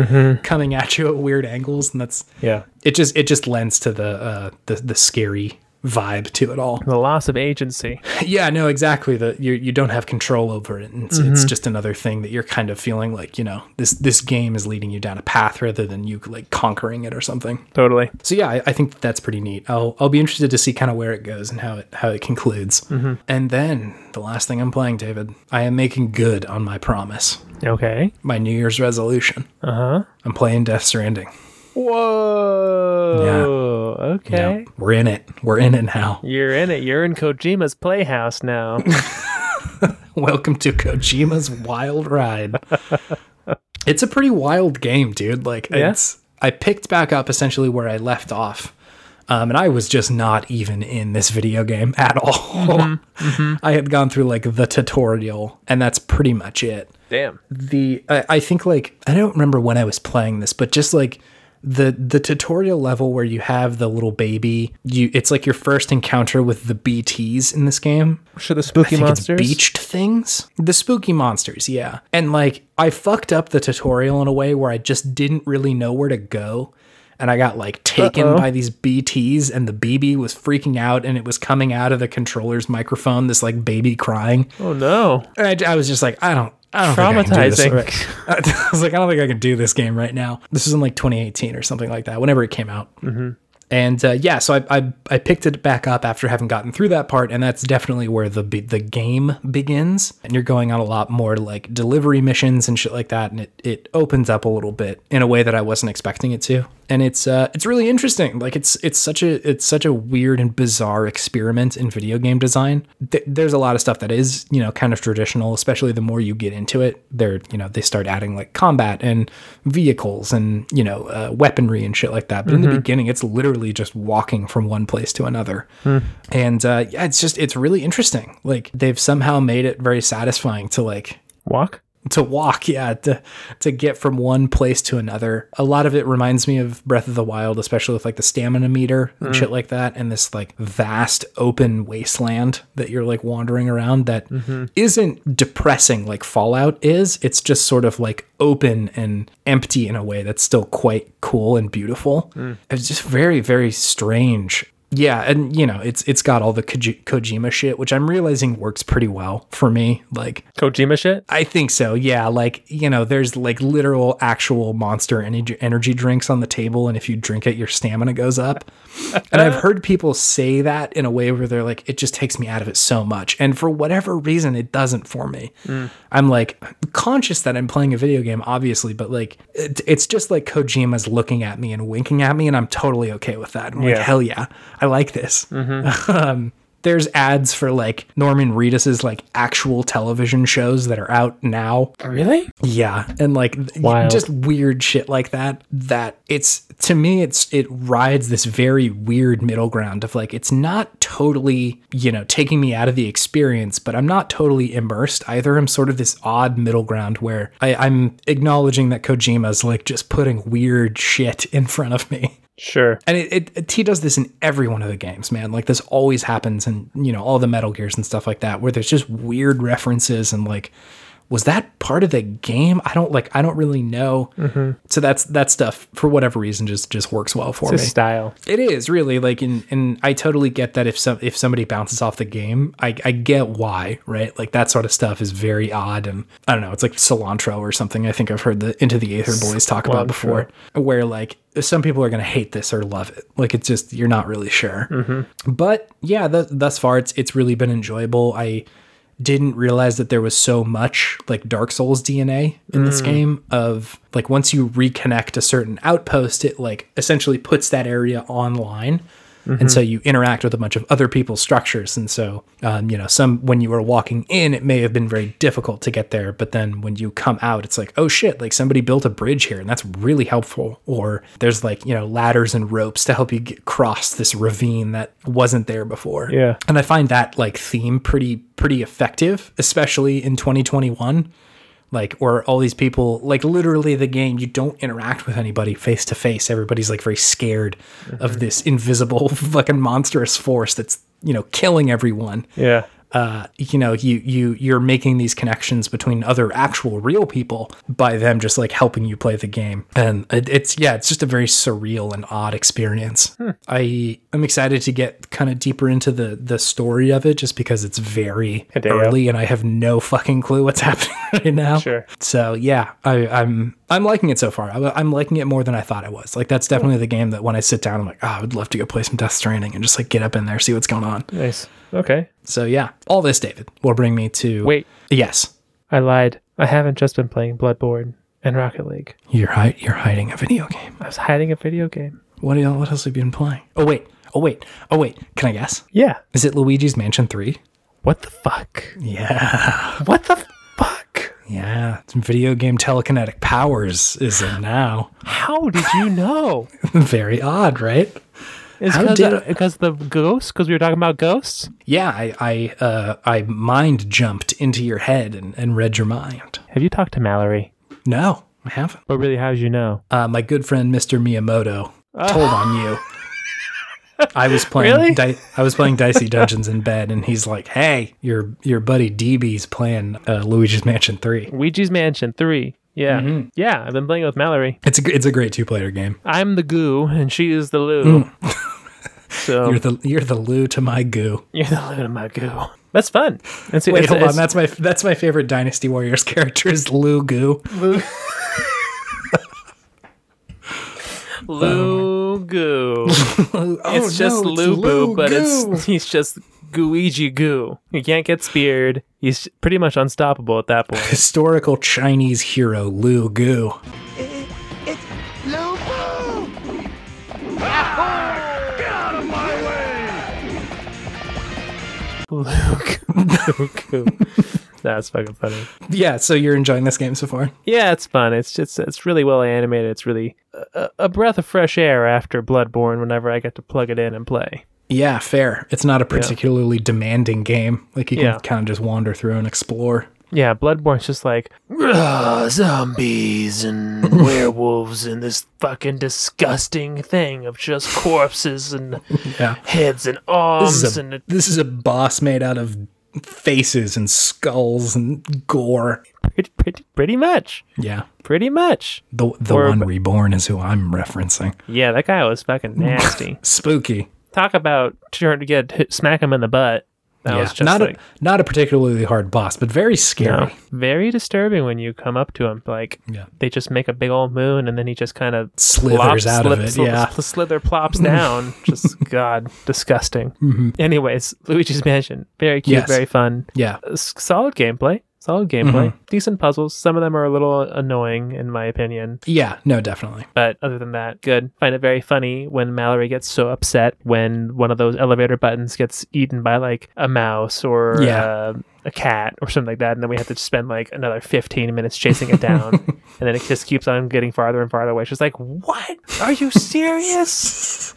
A: coming at you at weird angles, and that's
B: Yeah.
A: it just it just lends to the uh, the the scary vibe to it all.
B: The loss of agency.
A: Yeah, no, exactly. The you you don't have control over it, and it's, it's just another thing that you're kind of feeling like you know this this game is leading you down a path rather than you like conquering it or something.
B: Totally.
A: So yeah, I, I think that's pretty neat. I'll I'll be interested to see kind of where it goes and how it how it concludes. And then the last thing I'm playing, David, I am making good on my promise,
B: Okay.
A: my New Year's resolution.
B: Uh huh.
A: I'm playing Death Stranding.
B: Whoa. Okay.
A: Yeah, we're in it. We're in it now.
B: You're in it. You're in Kojima's playhouse <laughs> now.
A: Welcome to Kojima's wild ride. it's a pretty wild game, dude. Like it's I picked back up essentially where I left off. Um, and I was just not even in this video game at all. <laughs> I had gone through like the tutorial, and that's pretty much it
B: Damn.
A: the I, I think like I don't remember when I was playing this, but just like the the tutorial level where you have the little baby, you it's like your first encounter with the BTS in this game.
B: Sure, the spooky
A: I think
B: monsters.
A: It's beached things. The spooky monsters, yeah. And like I fucked up the tutorial in a way where I just didn't really know where to go. And I got like taken by these BTs and the BB was freaking out and it was coming out of the controller's microphone, this like baby crying.
B: Oh no.
A: And I, I was just like, I don't, I don't think I can do this.
B: Traumatizing.
A: <laughs> I was like, I don't think I can do this game right now. This was in like 2018 or something like that, whenever it came out. And uh, yeah, so I, I I picked it back up after having gotten through that part, and that's definitely where the be- the game begins. And you're going on a lot more like delivery missions and shit like that, and it, it opens up a little bit in a way that I wasn't expecting it to. And it's uh it's really interesting. Like it's it's such a it's such a weird and bizarre experiment in video game design. Th- there's a lot of stuff that is you know kind of traditional, especially the more you get into it. They're you know they start adding like combat and vehicles and you know uh, weaponry and shit like that. But in the beginning, it's literally just walking from one place to another, and uh, yeah, it's just it's really interesting. Like they've somehow made it very satisfying to like
B: Walk.
A: to walk yeah to to get from one place to another a lot of it reminds me of breath of the wild especially with like the stamina meter and shit like that and this like vast open wasteland that you're like wandering around that not depressing like fallout is it's just sort of like open and empty in a way that's still quite cool and beautiful it's just very very strange yeah, and you know, it's it's got all the Koji- Kojima shit, which I'm realizing works pretty well for me. Like
B: Kojima shit.
A: I think so. Yeah, like you know, there's like literal, actual monster energy energy drinks on the table, and if you drink it, your stamina goes up. and I've heard people say that in a way where they're like, it just takes me out of it so much, and for whatever reason, it doesn't for me. I'm like conscious that I'm playing a video game, obviously, but like it, it's just like Kojima's looking at me and winking at me, and I'm totally okay with that. I'm
B: Yeah.
A: like, hell yeah, I like this there's ads for like Norman Reedus's like actual television shows that are out now.
B: Really?
A: Yeah, and like th-
B: Wild.
A: just weird shit like that that it's to me it's it rides this very weird middle ground of like it's not totally, you know, taking me out of the experience, but I'm not totally immersed either. I'm sort of this odd middle ground where I, I'm acknowledging that Kojima's like just putting weird shit in front of me.
B: Sure.
A: And it, it, it- he does this in every one of the games, man. Like this always happens in, you know, all the Metal Gears and stuff like that, where there's just weird references and like, was that part of the game? I don't like I don't really know. So that's that stuff for whatever reason just just works well for
B: His
A: me.
B: style.
A: It is really like, and and I totally get that if some if somebody bounces off the game, I I get why, right? Like that sort of stuff is very odd, and I don't know, it's like cilantro or something. I think I've heard the Into the Aether boys talk about before, where like some people are gonna hate this or love it. Like it's just you're not really sure. But yeah, th- thus far it's it's really been enjoyable. I didn't realize that there was so much like Dark Souls DNA in this game of like once you reconnect a certain outpost, it like essentially puts that area online. and so you interact with a bunch of other people's structures. And so, um, you know, some when you were walking in, it may have been very difficult to get there, but then when you come out, it's like, oh shit, like somebody built a bridge here, and that's really helpful. Or there's like you know ladders and ropes to help you get cross this ravine that wasn't there before.
B: Yeah.
A: and I find that like theme pretty pretty effective, especially in 2021 like or all these people like literally the game you don't interact with anybody face to face everybody's like very scared of this invisible <laughs> fucking monstrous force that's you know killing everyone
B: Yeah.
A: uh you know you you you're making these connections between other actual real people by them just like helping you play the game and it, it's yeah it's just a very surreal and odd experience
B: Hmm.
A: i i'm excited to get kind of deeper into the the story of it just because it's very
B: Hideo.
A: early and i have no fucking clue what's <laughs> happening right now
B: Sure.
A: so yeah, I, I'm I'm liking it so far. I, am liking it more than I thought I was. Like
B: Hmm.
A: that's definitely the game that when I sit down, I'm like, oh, I would love to go play some Death Stranding and just like get up in there, see what's going on.
B: Nice. Okay.
A: So yeah, all this David will bring me to
B: Wait,
A: Yes,
B: I lied. I haven't just been playing Bloodborne and Rocket League.
A: you're hi- you're hiding a video game.
B: I was hiding a video game.
A: What el- what else have you been playing? Oh wait, oh wait, oh wait. Can I guess?
B: Yeah.
A: Is it Luigi's Mansion Three?
B: What the fuck?
A: Yeah,
B: What the fuck?
A: yeah. Some video game telekinetic powers is in now. <laughs>
B: How did you <laughs> know?
A: very odd, right?
B: Is
A: How
B: because
A: did
B: of- because the ghosts? Because we were talking about ghosts.
A: Yeah, I I uh, I mind jumped into your head and, and read your mind.
B: Have you talked to Mallory?
A: No, I haven't.
B: But really, how'd you know?
A: Uh, my good friend Mr. Miyamoto told on you. I
B: <laughs>
A: was playing
B: Ah. Really?
A: Di- I was playing Dicey Dungeons in bed, and he's like, "Hey, your your buddy DB's playing uh, Luigi's Mansion Three.
B: Ouija's Mansion Three. Yeah, yeah. I've been playing with Mallory.
A: It's a gr- it's a great two player game.
B: I'm the goo and she is the loo. <laughs> so
A: Mm. You're
B: you're,
A: the you're the Lou to my goo.
B: the loo to my goo. That's fun. It's,
A: Wait,
B: it's,
A: hold
B: it's-
A: on. That's my that's my favorite Dynasty Warriors <laughs> character is Lou Goo.
B: loo
A: <laughs>
B: goo.
A: Oh,
B: it's
A: no,
B: just loo boo, but
A: Goo.
B: it's he's just gooigi goo. He can't get speared. He's pretty much unstoppable at
A: <laughs>
B: that point.
A: historical Chinese hero Lu Gu.
C: It, it's Lupo!
B: loo goo. goo. <laughs> That's fucking funny.
A: Yeah, so you're enjoying this game so far?
B: Yeah, it's fun. It's just it's really well animated. It's really a, a breath of fresh air after Bloodborne. Whenever I get to plug it in and play.
A: Yeah, fair. It's not a particularly demanding game. Like you can
B: Yeah.
A: kind of just wander through and explore.
B: Yeah, Bloodborne's just like "Rah,
A: <laughs>
B: zombies and werewolves and this fucking disgusting thing of just corpses and
A: Yeah.
B: heads and
A: This
B: arms
A: is,
B: and
A: a, this is a boss made out of faces and skulls and gore.
B: pretty, pretty pretty much,
A: Yeah.
B: pretty much.
A: The the
B: Or-
A: one reborn is who I'm referencing.
B: Yeah, that guy
A: <laughs>
B: was fucking nasty.
A: Spooky.
B: Talk about trying to get hit, smack him in the butt. That
A: yeah.
B: was just
A: not
B: like
A: a not a particularly hard boss, but very scary.
B: no. very disturbing when you come up to him. Like
A: Yeah.
B: they just make a big old moon and then he just kind of
A: Slithers out of
B: slip-
A: it,
B: sl-
A: yeah.
B: sl- slither
A: <laughs>
B: plops down. just God, disgusting. Anyways, Luigi's Mansion, very cute,
A: Mm-hmm. Yes.
B: very fun,
A: Yeah.
B: S- solid gameplay, solid gameplay,
A: Mm-hmm.
B: decent puzzles. Some of them are a little annoying in my opinion,
A: Yeah, no, definitely. <laughs>
B: but other than that, good. Find it very funny when Mallory gets so upset when one of those elevator buttons gets eaten by like a mouse or
A: Yeah.
B: uh, a cat or something like that, and then we have to spend like another fifteen minutes chasing it <laughs> down, and then it just keeps on getting farther and farther away. She's like, "What? Are you <laughs> serious?"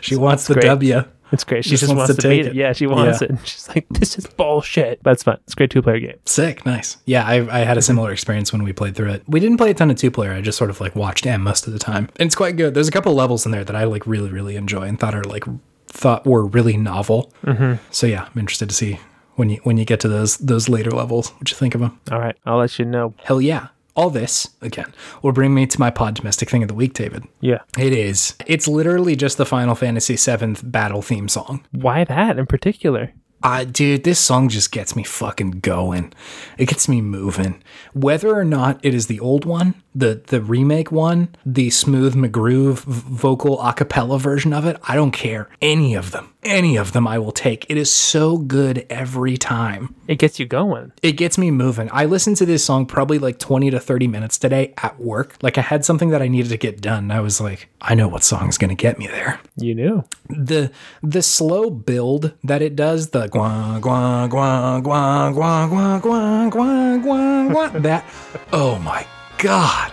A: She wants the
B: great.
A: W.
B: It's great. She
A: Just
B: just,
A: wants
B: wants,
A: to
B: to,
A: take
B: beat it.
A: it.
B: Yeah, she wants
A: Yeah.
B: it. And she's like, "This is bullshit." But it's fun. It's a great two-player game.
A: Sick, nice. Yeah, I, I had a similar experience when we played through it. We didn't play a ton of two player. I just sort of like watched M most of the time, and it's quite good. There's a couple levels in there that I like really, really enjoy and thought are like thought were really novel. Mm-hmm. So yeah, I'm interested to see when you when you get to those those later levels, what you think of them.
B: All right, I'll let you know.
A: Hell yeah! All this again will bring me to my pod domestic thing of the week, David.
B: Yeah.
A: It is. It's literally just the Final Fantasy VII battle theme song.
B: Why that in particular?
A: Uh, dude, this song just gets me fucking going. It gets me moving. Whether or not it is the old one, the the remake one, the smooth McGroove v- vocal a cappella version of it, I don't care. Any of them, any of them, I will take. It is so good every time.
B: It gets you going.
A: It gets me moving. I listened to this song probably like 20 to 30 minutes today at work. Like I had something that I needed to get done. and I was like, I know what song's going to get me there
B: You knew.
A: the the slow build that it does the guan guan guan guan guan guan guan guan guan guan that oh my god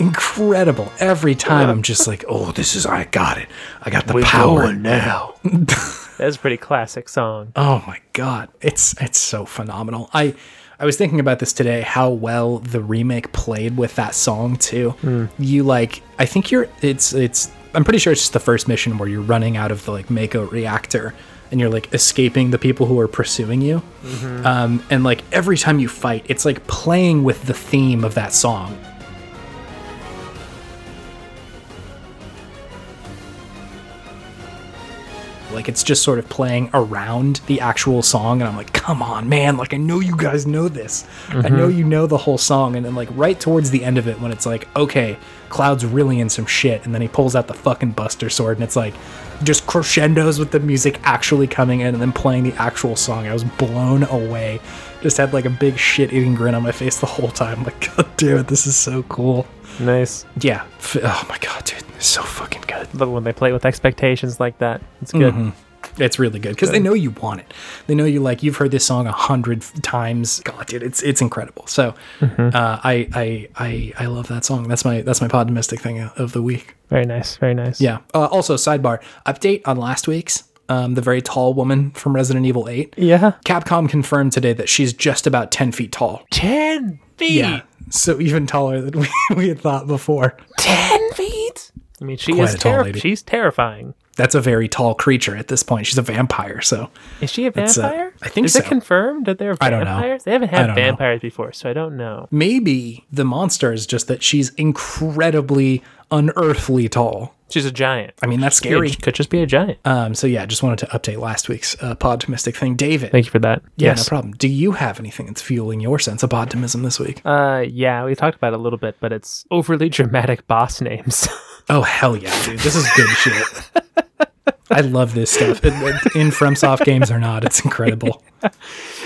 A: incredible every time i'm just like oh this is i got it i got the power now
B: That's a pretty classic song.
A: Oh my god, it's it's so phenomenal. I I was thinking about this today how well the remake played with that song too. You like I think you're it's it's I'm pretty sure it's just the first mission where you're running out of the like Mako reactor and you're like escaping the people who are pursuing you. Um, and like every time you fight, it's like playing with the theme of that song. Like it's just sort of playing around the actual song, and I'm like, come on, man! Like I know you guys know this. I know you know the whole song, and then like right towards the end of it, when it's like, okay, Cloud's really in some shit, and then he pulls out the fucking Buster Sword, and it's like, just crescendos with the music actually coming in, and then playing the actual song. I was blown away. Just had like a big shit-eating grin on my face the whole time. Like, <laughs> god damn it, this is so cool.
B: Nice.
A: Yeah. F- Oh my god, dude, it's so fucking good.
B: But when they play with expectations like that, it's good.
A: Mm-hmm. It's really good because they know you want it. They know you like you've heard this song a hundred f- times. God, dude, it's it's incredible. So, uh, I, I I I love that song. That's my that's my podmistic thing of the week.
B: Very nice. Very nice.
A: Yeah. Uh, also, sidebar update on last week's um, the very tall woman from Resident Evil Eight.
B: Yeah.
A: Capcom confirmed today that she's just about ten feet tall.
B: Ten feet.
A: Yeah. So even taller than <laughs> we, we had thought before.
B: Ten feet. I mean, she
A: Quite
B: is
A: a tall
B: terrifying.
A: lady.
B: She's terrifying.
A: That's a very tall creature at this point. She's a vampire, so
B: Is she a
A: That's, uh,
B: vampire?
A: I think
B: is it
A: so.
B: confirmed that they're
A: I don't know.
B: vampires? They haven't
A: I
B: had
A: don't know.
B: vampires before, so I don't know.
A: maybe the monster is just that she's incredibly unearthly tall.
B: She's a giant.
A: I mean, that's scary.
B: Could, could just be a giant.
A: Um, so yeah, just wanted to update last week's uh, podtimistic thing, David.
B: Thank you for that.
A: yeah, no problem. Do you have anything that's fueling your sense of podtimism this week?
B: Uh, yeah, we talked about it a little bit, but it's overly dramatic boss names. <laughs>
A: Oh hell yeah, dude! This is good shit. I love this stuff. It- it- In FromSoft games or not, it's
B: <laughs>
A: incredible.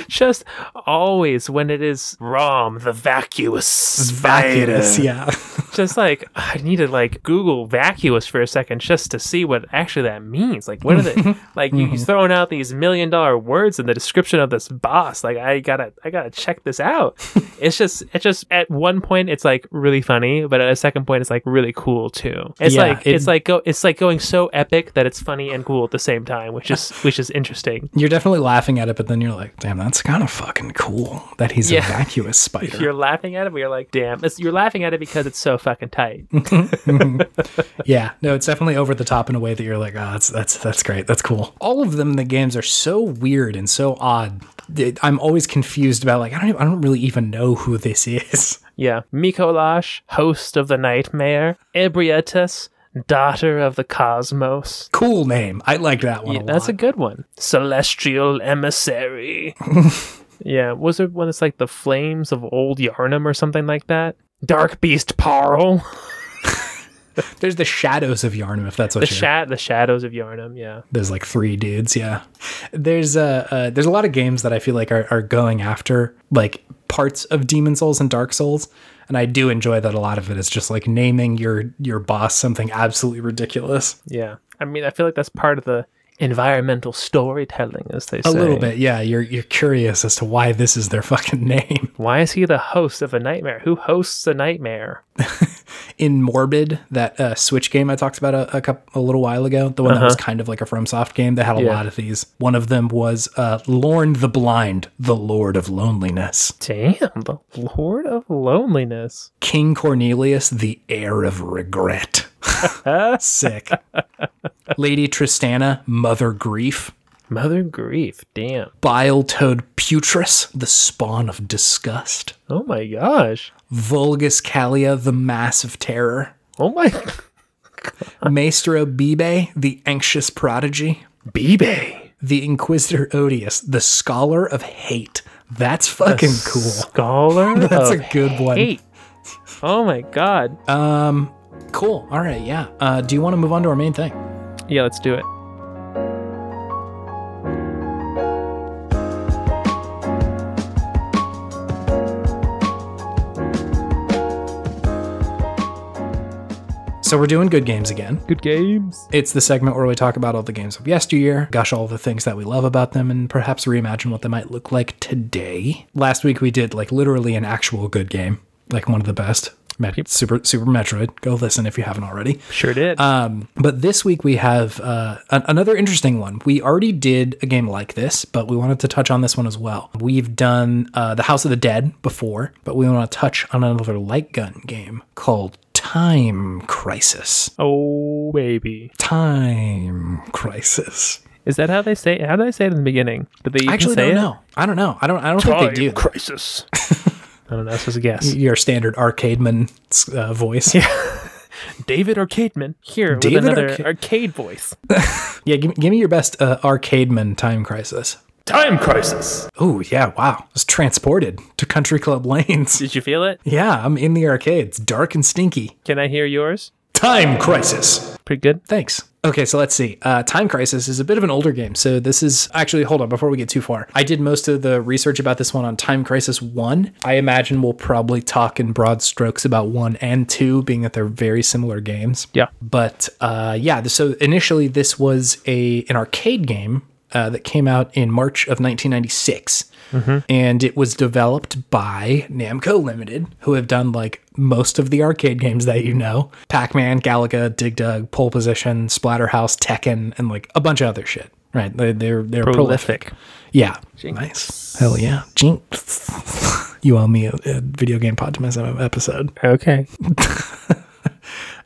B: just always when it is Rom the vacuous spider.
A: Vacuous, yeah.
B: Just like I need to like Google vacuous for a second just to see what actually that means. Like what
A: <laughs>
B: are the like you
A: Mm-hmm.
B: you throwing out these million dollar words in the description of this boss? Like I gotta I gotta check
A: <laughs>
B: this out. it's just it's just at one point it's like really funny, but at a second point it's like really cool too. It's
A: Yeah,
B: like
A: it-
B: it's like go it's like going so epic that it's funny and cool at the same time, which is which is interesting.
A: You're definitely laughing at it, but then you're like, "Damn, that's kind of fucking cool that he's
B: Yeah.
A: a vacuous spider."
B: <laughs> You're laughing at it, but you're like, damn. It's, you're laughing at it because it's so fucking tight.
A: Yeah, no, it's definitely over the top in a way that you're like, oh, that's that's that's great, that's cool. All of them, in the games are so weird and so odd. that I'm always confused about like I don't even, I don't really even know who this is. <laughs>
B: yeah. Mikolash, host of the nightmare. Ebrietus, daughter of the cosmos.
A: Cool name, I like that one.
B: Yeah,
A: a
B: that's a
A: lot.
B: good one. Celestial
A: <laughs>
B: emissary. yeah. Was there one that's like the flames of old Yarnum or something like that? Dark Beast Parl.
A: There's the shadows of Yarnum, if that's what
B: The,
A: you're.
B: sha- the shadows of Yarnum, yeah.
A: there's like three dudes, yeah. There's uh, uh there's a lot of games that I feel like are are going after like parts of Demon Souls and Dark Souls. And I do enjoy that a lot of it is just like naming your your boss something absolutely ridiculous.
B: Yeah. I mean, I feel like that's part of the environmental storytelling, as they
A: A
B: say.
A: little bit, yeah. You're you're curious as to why this is their <laughs> fucking name.
B: Why is he the host of a nightmare? Who hosts a nightmare?
A: In Morbid, that uh, Switch game I talked about a a, coup a little while ago, the one that was kind of like a FromSoft game, they had a
B: Uh-huh. Yeah.
A: lot of these. One of them was uh, Lorn the Blind, the Lord of Loneliness,
B: Damn, the Lord of Loneliness.
A: King Cornelius, the Heir of
B: <laughs>
A: Regret. Sick. Lady Tristana, Mother Grief.
B: Mother Grief. Damn.
A: Bile Toad Putris, the Spawn of Disgust.
B: Oh my gosh.
A: Vulgus Callia, the Mass of Terror.
B: Oh my. <laughs>
A: Maestro Bibe, the anxious prodigy.
B: Bebe.
A: the Inquisitor Odious, the Scholar of Hate. That's fucking cool. <laughs>
B: Scholar.
A: That's
B: of
A: a good one.
B: hate. Oh my god.
A: Um, cool. All right. Yeah. Uh, do you want to move on to our main thing?
B: Yeah, let's do it.
A: So we're doing good games again.
B: Good games.
A: It's the segment where we talk about all the games of yesteryear, gush all the things that we love about them, and perhaps reimagine what they might look like today. Last week we did like literally an actual good game, like one of the best. Met- Super Super Metroid. Go listen if you haven't already.
B: Sure did.
A: Um, but this week we have uh, an- another interesting one. We already did a game like this, but we wanted to touch on this one as well. We've done uh, The House of the Dead before, but we want to touch on another light gun game called Time Crisis.
B: oh baby.
A: Time Crisis.
B: Is that how they say? How do they say it in the beginning? Did they even
A: I actually
B: say
A: don't
B: it?
A: know. I don't know. I don't. I don't think they do.
B: crisis. I don't know. This was a guess.
A: Your standard arcade man uh, voice. Yeah.
B: David Arcademan here
A: David
B: with another
A: Arca-
B: arcade voice.
A: yeah give, me- give me your best uh, arcade man Time Crisis.
B: Time crisis.
A: Oh yeah. Wow. I was transported to Country Club <laughs> Lanes.
B: Did you feel it?
A: Yeah, I'm in the arcade. It's dark and stinky.
B: Can I hear yours?
A: Time Crisis.
B: Pretty good.
A: Thanks. Okay, so let's see. Uh, Time Crisis is a bit of an older game. So this is actually, hold on, before we get too far, I did most of the research about this one on Time Crisis 1. I imagine we'll probably talk in broad strokes about 1 and 2, being that they're very similar games.
B: Yeah.
A: But uh, yeah, th- so initially this was a an arcade game uh, that came out in March of 1996, and it was developed by Namco Limited, who have done like most of the arcade games that you know: Pac-Man, Galaga, Dig Dug, Pole Position, Splatterhouse, Tekken, and like a bunch of other shit. Right? They, they're they're prolific.
B: Prolific.
A: Yeah. Nice. Hell yeah. Jinx. <laughs> you owe me a, a video game podtimism episode.
B: Okay.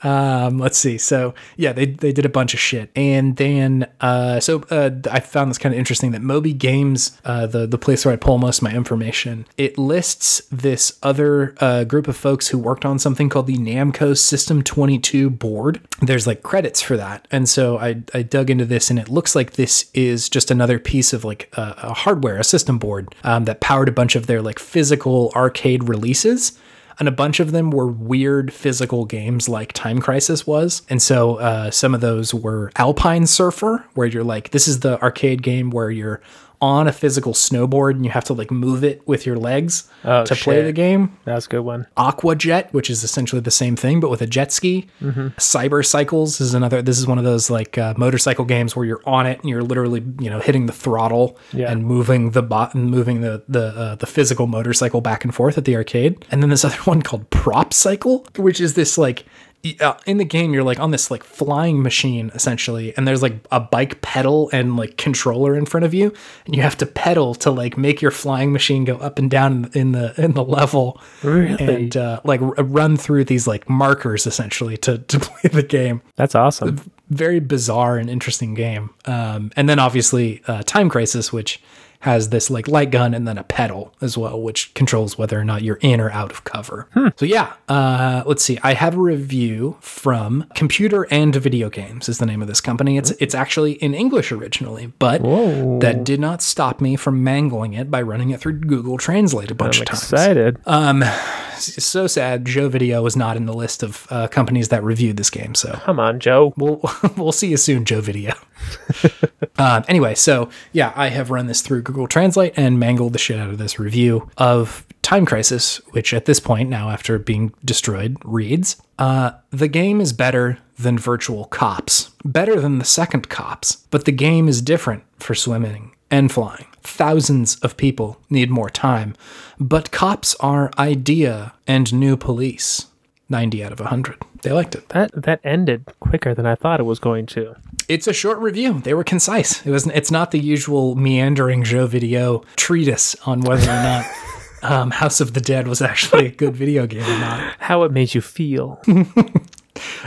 A: Um, let's see. So yeah, they, they did a bunch of shit, and then uh, so uh, I found this kind of interesting that Moby Games, uh, the the place where I pull most of my information, it lists this other uh, group of folks who worked on something called the Namco System 22 board. There's like credits for that, and so I I dug into this, and it looks like this is just another piece of like a, a hardware, a system board um, that powered a bunch of their like physical arcade releases and a bunch of them were weird physical games like Time Crisis was. And so uh, some of those were Alpine Surfer, where you're like, this is the arcade game where you're on a physical snowboard and you have to like move it with your legs
B: Oh,
A: to play
B: shit.
A: the game.
B: That was a good one.
A: Aqua Jet, which is essentially the same thing but with a jet ski. Cyber Cycles is another. This is one of those like uh, motorcycle games where you're on it and you're literally you know hitting the throttle
B: Yeah.
A: and moving the bot and moving the the uh, the physical motorcycle back and forth at the arcade. And then this <laughs> other one called Prop Cycle, which is this like. y- uh, In the game, you're like on this like flying machine essentially, and there's like a bike pedal and like controller in front of you, and you have to pedal to like make your flying machine go up and down in the in the level
B: Really?
A: and uh, like r- run through these like markers essentially to to <laughs> play the game.
B: That's awesome.
A: Very bizarre and interesting game. Um, and then obviously uh, Time Crisis, which has this like light gun and then a pedal as well, which controls whether or not you're in or out of cover. So yeah, uh, let's see. I have a review from Computer and Video Games is the name of this company. It's it's actually in English originally, but that did not stop me from mangling it by running it through Google Translate a bunch
B: I'm
A: of times
B: excited.
A: Uh, so sad Joe Video was not in the list of uh, companies that reviewed this game. So
B: Come on, Joe.
A: we'll <laughs> we'll see you soon, Joe Video. um, anyway, so yeah, I have run this through Google Translate and mangled the shit out of this review of Time Crisis, which at this point now after being destroyed reads, uh, the game is better than Virtual Cops, better than the second Cops, but the game is different for swimming and flying. Thousands of people need more time, but cops are idea and new police. 90 out of 100. They liked it.
B: That that ended quicker than I thought it was going to.
A: It's a short review. They were concise. It was. It's not the usual meandering Joe Video treatise on whether or not um, House of the Dead was actually a good video game or not.
B: How it made you feel.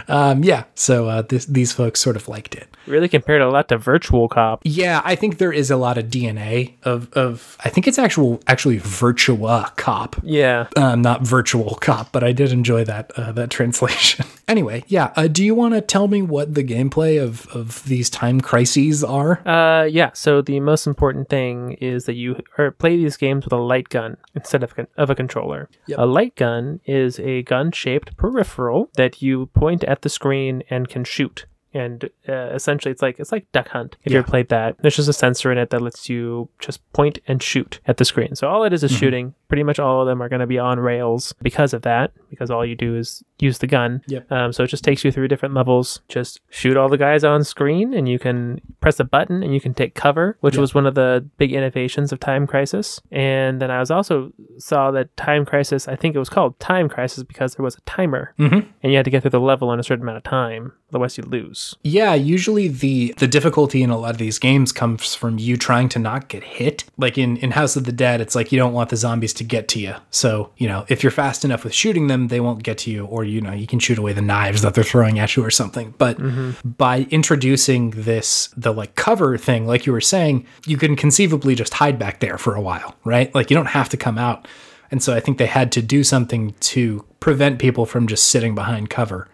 A: Um, yeah. So uh, this, these folks sort of liked it.
B: really compared a lot to Virtual Cop.
A: Yeah, I think there is a lot of DNA of of. I think it's actual actually Virtua Cop.
B: Yeah.
A: Um, not virtual cop, but I did enjoy that uh, that translation. <laughs> Anyway, yeah. Uh, do you want to tell me what the gameplay of, of these time crises are?
B: Uh, yeah. So the most important thing is that you or play these games with a light gun instead of con- of a controller.
A: Yep.
B: A light gun is a gun-shaped peripheral that you point at the screen and can shoot. And uh, essentially, it's like it's like Duck Hunt. If you ever played that, there's just a sensor in it that lets you just point and shoot at the screen. So all it
A: Mm-hmm.
B: is is shooting. Pretty much all of them are going to be on rails because of that. Because all you do is use the gun.
A: Yep.
B: Um, so it just takes you through different levels. Just shoot all the guys on screen, and you can press a button, and you can take cover, which
A: Yep.
B: was one of the big innovations of Time Crisis. And then I was also saw that Time Crisis. I think it was called Time Crisis because there was a timer,
A: Mhm.
B: and you had to get through the level in a certain amount of time, otherwise you lose.
A: Yeah, usually the the difficulty in a lot of these games comes from you trying to not get hit. Like in in House of the Dead, it's like you don't want the zombies to get to you. So, you know, if you're fast enough with shooting them, they won't get to you or you know, you can shoot away the knives that they're throwing at you or something. But by introducing this the like cover thing like you were saying, you can conceivably just hide back there for a while, right? Like you don't have to come out. And so I think they had to do something to prevent people from just sitting behind cover.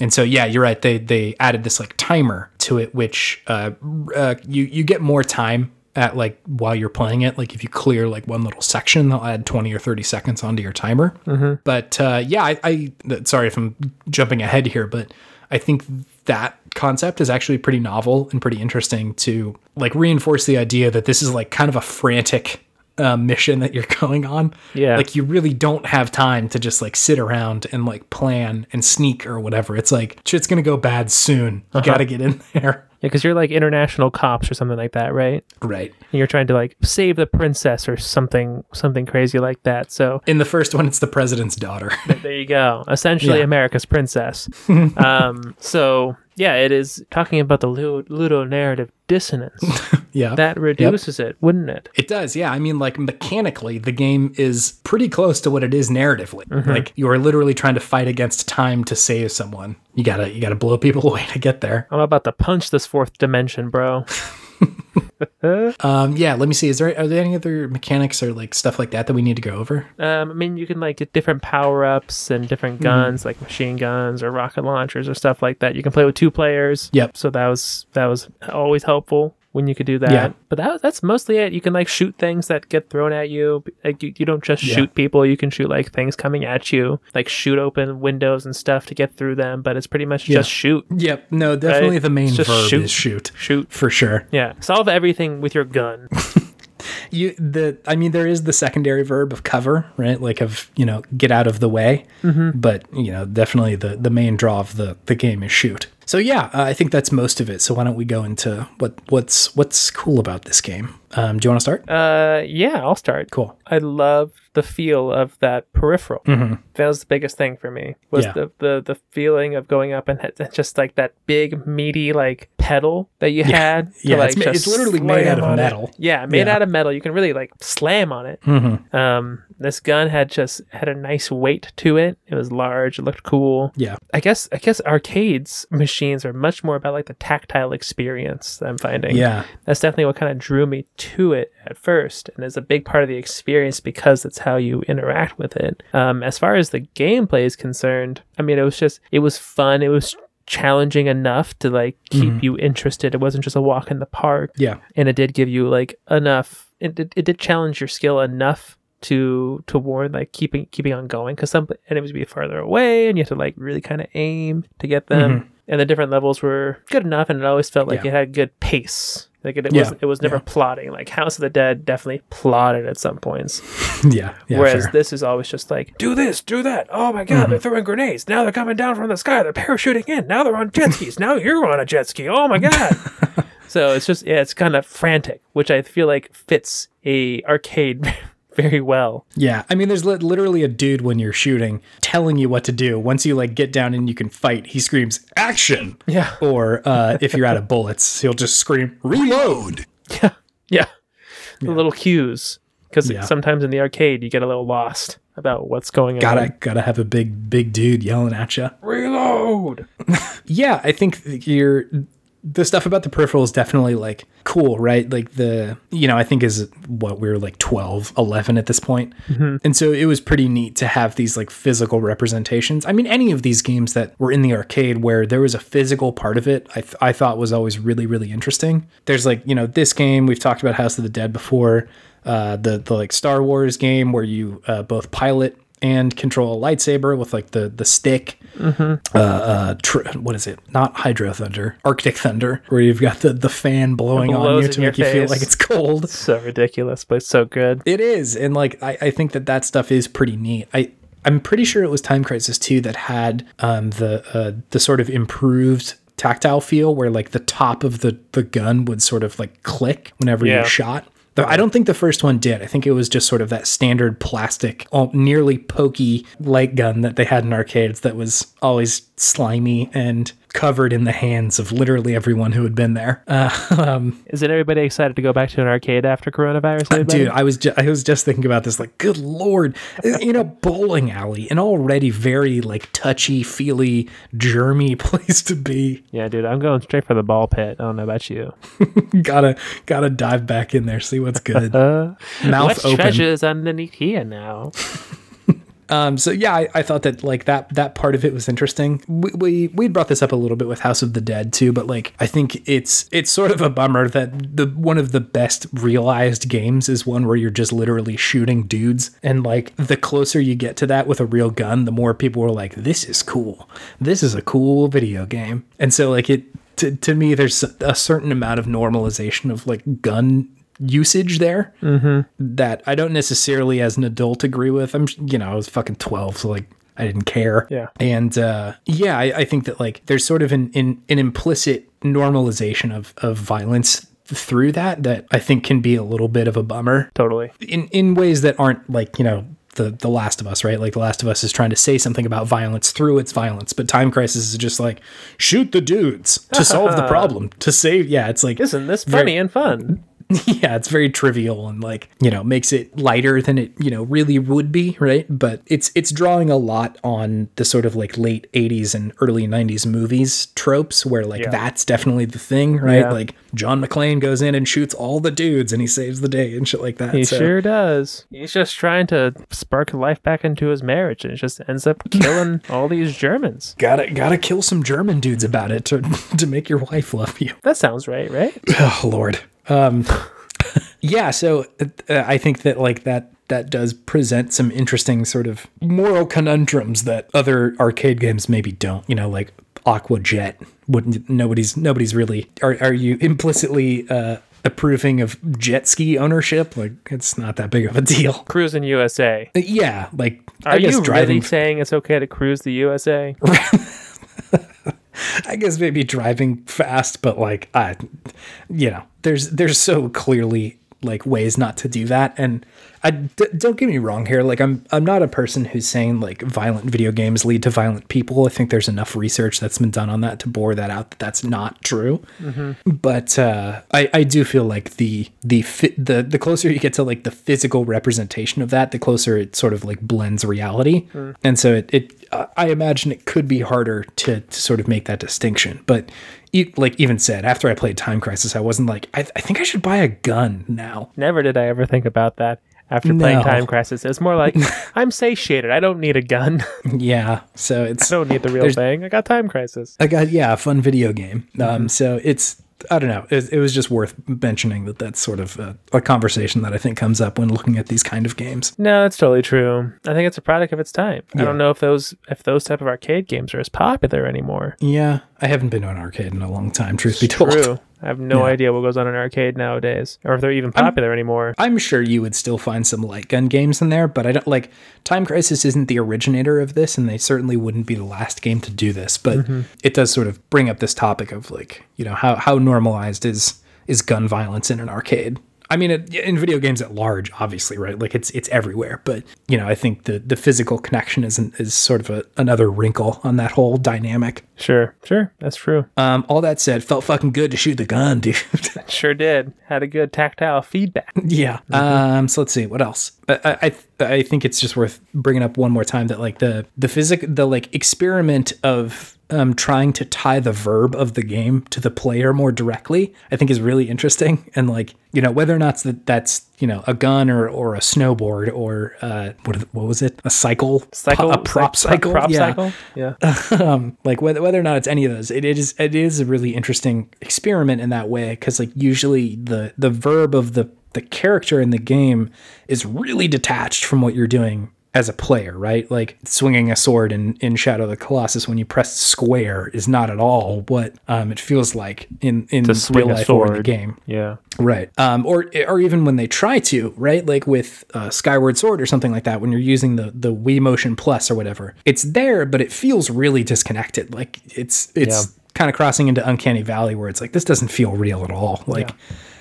A: And so yeah, you're right. They they added this like timer to it, which uh, uh, you you get more time at like while you're playing it. Like if you clear like one little section, they'll add 20 or 30 seconds onto your timer. But uh, yeah, I, I th- sorry if I'm jumping ahead here, but I think that concept is actually pretty novel and pretty interesting to like reinforce the idea that this is like kind of a frantic uh, mission that you're <laughs> going on.
B: Yeah.
A: Like you really don't have time to just like sit around and like plan and sneak or whatever. It's like shit's gonna go bad soon.
B: Uh-huh.
A: You gotta get in <laughs> there.
B: Yeah, because you're like international cops or something like that, right?
A: Right.
B: And you're trying to like save the princess or something, something crazy like that. So
A: In the first one, it's the president's daughter.
B: There you go. Essentially,
A: Yeah.
B: America's princess. um, so yeah, it is talking about the lu- ludonarrative dissonance
A: <laughs> yeah.
B: that reduces it, wouldn't it?
A: It does, yeah. I mean, like mechanically, the game is pretty close to what it is narratively.
B: Mm-hmm.
A: Like you are literally trying to fight against time to save someone. You gotta, you gotta blow people <laughs> away to get there.
B: I'm about to punch this fourth dimension, bro.
A: Um, yeah. Let me see. Is there are there any other mechanics or like stuff like that that we need to go over?
B: Um, I mean, you can like get different power ups and
A: Mm-hmm.
B: different guns, like machine guns or rocket launchers or stuff like that. You can play with two players.
A: Yep.
B: So that was that was always helpful when you could do that.
A: Yeah.
B: But that, that's mostly it. You can like shoot things that get thrown at you. Like you, you don't just
A: Yeah.
B: shoot people. You can shoot like things coming at you. Like shoot open windows and stuff to get through them. But it's pretty much just shoot,
A: Yep. No, definitely
B: Right?
A: the main
B: It's just
A: verb
B: shoot.
A: is shoot
B: shoot.
A: for sure.
B: Yeah. Solve everything with your gun.
A: You the I mean, there is the secondary verb of cover, right? Like of you know get out of the way.
B: Mm-hmm.
A: But you know, definitely the the main draw of the the game is shoot. So yeah, uh, I think that's most of it. So why don't we go into what what's what's cool about this game? Um, do you want to start?
B: uh, yeah. I'll start.
A: cool. Mm-hmm.
B: I love the feel of that peripheral. That was the biggest thing for me was
A: Yeah.
B: the, the the feeling of going up and ha- <laughs> just like that big meaty like pedal that you had. to,
A: Yeah,
B: like,
A: it's ma- it's
B: just
A: literally made
B: slam
A: out of
B: on it.
A: metal.
B: Yeah, made
A: Yeah.
B: out of metal. You can really like slam on it.
A: Mm-hmm.
B: Um, this gun had just had a nice weight to it. It was large. It looked cool.
A: Yeah.
B: I guess I guess arcades machines are much more about like the tactile experience. I'm finding
A: Yeah.
B: that's definitely what kind of drew me to it at first and is a big part of the experience because that's how you interact with it um, as far as the gameplay is concerned i mean it was just it was fun it was challenging enough to like keep you interested it wasn't just a walk in the park
A: Yeah. <laughs>
B: and it did give you like enough it did, it did challenge your skill enough to to warn like keeping keeping on going because some enemies would be farther away and you have to like really kind of aim to get them and the different levels were good enough and it always felt like
A: Mm-hmm. Yeah.
B: it had good pace like it, it
A: Yeah,
B: was it was never plotting like house of the dead definitely plotted at some points
A: Yeah. yeah
B: Whereas
A: fair.
B: this is always just like, do this, do that. Oh my God,
A: Mm-hmm.
B: they're throwing grenades. Now they're coming down from the sky. They're parachuting in. Now they're on jet skis. now you're on a jet ski. Oh
A: <laughs>
B: my God. so it's just, yeah, it's kind of frantic, which I feel like fits a arcade <laughs> very well.
A: Yeah, I mean, there's li- literally a dude when you're shooting telling you what to do. Once you like get down and you can fight, he screams "action."
B: Yeah.
A: Or uh, if you're out of bullets, he'll just scream "reload."
B: Yeah. The little cues. Because
A: Yeah.
B: sometimes in the arcade, you get a little lost about what's going on.
A: Gotta gotta have a big big dude yelling at you.
B: Reload.
A: Yeah, I think you're the stuff about the peripheral is definitely like cool, right? Like the, you know, I think is what we were like 12, 11 at this point. And so it was pretty neat to have these like physical representations. I mean, any of these games that were in the arcade where there was a physical part of it, I, th- I thought was always really, really interesting. There's like, you know, this game, we've talked about House of the Dead before, uh, the, the like Star Wars game where you uh, both pilot and control a lightsaber with like the the stick uh, tr- what is it? Not hydro thunder, Arctic thunder, where you've got the, the fan blowing on
B: blows
A: you
B: in
A: to
B: your
A: make you feel
B: face.
A: like it's cold.
B: So ridiculous, but so good.
A: It is, and like I, I think that that stuff is pretty neat. I I'm pretty sure it was Time Crisis 2 that had um, the uh, the sort of improved tactile feel where like the top of the the gun would sort of like click whenever
B: Yeah.
A: you shot. Though I don't think the first one did. I think it was just sort of that standard plastic, all, nearly pokey light gun that they had in arcades that was always slimy and covered in the hands of literally everyone who had been there.
B: Isn't everybody excited to go back to an arcade after coronavirus? everybody?
A: Dude, I was ju- I was just thinking about this. Like, good lord, in a bowling alley, an already very like touchy feely, germy <laughs> place to be.
B: Yeah, dude, I'm going straight for the ball pit. I don't know about you.
A: gotta gotta dive back in there, see what's good.
B: Uh,
A: Mouth
B: what
A: open.
B: treasures underneath here now?
A: Um, so yeah, I, I thought that like that that part of it was interesting. We, we we brought this up a little bit with House of the Dead too, but like I think it's it's sort of a bummer that the one of the best realized games is one where you're just literally shooting dudes, and like the closer you get to that with a real gun, the more people are like, "This is cool. This is a cool video game." And so like it to to me, there's a certain amount of normalization of like gun usage there that I don't necessarily as an adult agree with. I'm, you know, I was fucking 12, so like I didn't care.
B: Yeah.
A: And uh, yeah, I, I think that like there's sort of an, an, an implicit normalization of, of violence through that that I think can be a little bit of a bummer
B: Totally.
A: in in ways that aren't like you know the the last of us right like the last of us is trying to say something about violence through its violence but time crisis is just like shoot the dudes to solve
B: <laughs>
A: the problem to save yeah it's like
B: Isn't this
A: very-
B: funny and fun?
A: <laughs> yeah, it's very trivial and like, you know, makes it lighter than it, you know, really would be, right? But it's it's drawing a lot on the sort of like late 80s and early 90s movies tropes where like that's definitely the thing, right?
B: Yeah.
A: Like John McClane goes in and shoots all the dudes and he saves the day and shit like that.
B: He
A: so-
B: sure does. He's just trying to spark life back into his marriage, and it just
A: <laughs>
B: ends up killing all these Germans.
A: Gotta gotta kill some German dudes about it to <laughs> to make your wife love you.
B: That sounds right,
A: <laughs>
B: right?
A: oh lord um <laughs> yeah so uh, i think that like that that does present some interesting sort of moral conundrums that other arcade games maybe don't you know like aqua jet wouldn't nobody's nobody's really are, are you implicitly uh approving of jet ski ownership like it's not that big of a deal
B: Cruise in USA.
A: But yeah like
B: Are
A: i guess
B: you
A: driving
B: really saying it's okay to cruise the USA?
A: I guess maybe driving fast, but like I, you know, there's there's so clearly like ways not to do that. And I d- don't get me wrong here. Like I'm I'm not a person who's saying like violent video games lead to violent people. I think there's enough research that's been done on that to bore that out that that's not true. But uh, I I do feel like the the fi- the the closer you get to like the physical representation of that, the closer it sort of like blends reality. And so it it I I imagine it could be harder to, to sort of make that distinction. But e- like even said, after I played Time Crisis, I wasn't like, I, I think I should buy a gun now. <laughs>
B: Never did I ever think about that after playing
A: No.
B: Time Crisis. It's more
A: <laughs>
B: like, I'm satiated. I don't need a gun. <laughs> I
A: Yeah. So it's,
B: don't need the real
A: There's-
B: thing. I got Time Crisis.
A: I got, yeah, a fun video game. Um, so it's, I don't know. It, it was just worth mentioning that that's sort of a, a conversation that I think comes up when looking at these kind of games.
B: No, that's totally true. I think it's a product of its time. I don't know if those if those type of arcade games are as
A: <laughs>
B: popular anymore.
A: Yeah. I haven't been to an arcade in a long time, truth be told.
B: True. I have no idea what goes on in an arcade nowadays, or if they're even popular anymore.
A: <laughs> I'm sure you would still find some light gun games in there, but I don't like Time Crisis isn't the originator of this, and they certainly wouldn't be the last game to do this. But it does sort of bring up this topic of like, you know, how how normalized is is gun violence in an arcade? I mean, it, in video games at large, obviously, right? Like it's it's everywhere, but you know, I think the the physical connection is an, is sort of a, another wrinkle on that whole dynamic.
B: Sure, sure, that's true.
A: Um, all that said, felt fucking good to shoot the gun, <laughs> dude. <laughs>
B: Sure did. Had a good tactile feedback.
A: Yeah. Um, so let's see what else. I, I I- I think it's just worth bringing up one more time that like the the physic the like experiment of um trying to tie the verb of the game to the player more directly I think is really interesting <laughs> and like you know whether or not that that's you know a gun or or a snowboard or uh what are the- what was it a cycle
B: Cycle,
A: a uh, prop cycle
B: cycle, prop
A: Yeah
B: cycle. Yeah.
A: um, like whether whether or not it's any of those, it, it is it is a really interesting experiment in that way because like usually the the verb of the the character in the game is really detached from what you're doing as a player, right? Like swinging a sword in in Shadow of the Colossus when you press square is not at all what um, it feels like in in real
B: swing a
A: life or in the
B: sword.
A: game
B: yeah.
A: right um or or even when they try to right like with uh, skyward sword or something like that when you're using the the wii motion plus or whatever it's there but it feels really disconnected like it's it's kind of crossing into uncanny valley where it's like this doesn't feel real at all like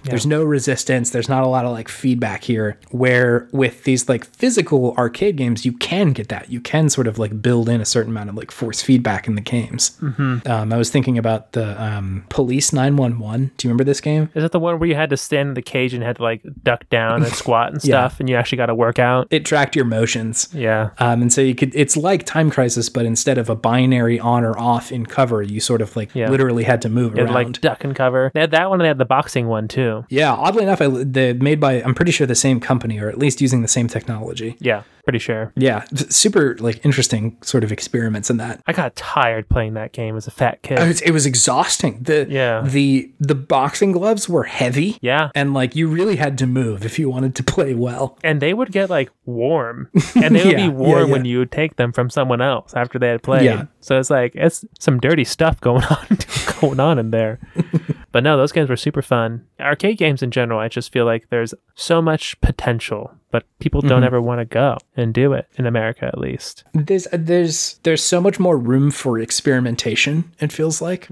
A: There's no resistance. There's not a lot of like feedback here. Where with these like physical arcade games, you can get that. You can sort of like build in a certain amount of like force feedback in the games. Um, I was thinking about the um, Police 911. Do you remember this game?
B: Is that the one where you had to stand in the cage and had to like duck
A: <laughs>
B: down and squat and stuff, and you actually got to work out?
A: it tracked your motions.
B: Yeah.
A: Um, and so you could, it's like Time Crisis, but instead of a binary on or off in cover, you sort of like
B: Yeah.
A: literally had to move
B: They had
A: around.
B: like duck and cover. They had that one and they had the boxing one too.
A: yeah, oddly enough, I, they made by, I'm pretty sure the same company or at least using the same technology.
B: Yeah, pretty sure.
A: Yeah, s- super like interesting sort of experiments in that.
B: I got tired playing that game as a fat kid.
A: It was, it was exhausting. The
B: Yeah.
A: the the boxing gloves were heavy.
B: yeah.
A: And like you really had to move if you wanted to <laughs> play well.
B: And they would get like warm, and they would
A: Yeah, yeah,
B: be warm when
A: yeah.
B: you would take them from someone else after they had played.
A: Yeah.
B: So it's like it's some dirty stuff going <laughs> on going on in there. but no, those games were super fun. Arcade games in general, I just feel like there's so much potential, but people don't ever want to go and do it in America, at least.
A: there's uh, there's there's so much more room for experimentation. It feels like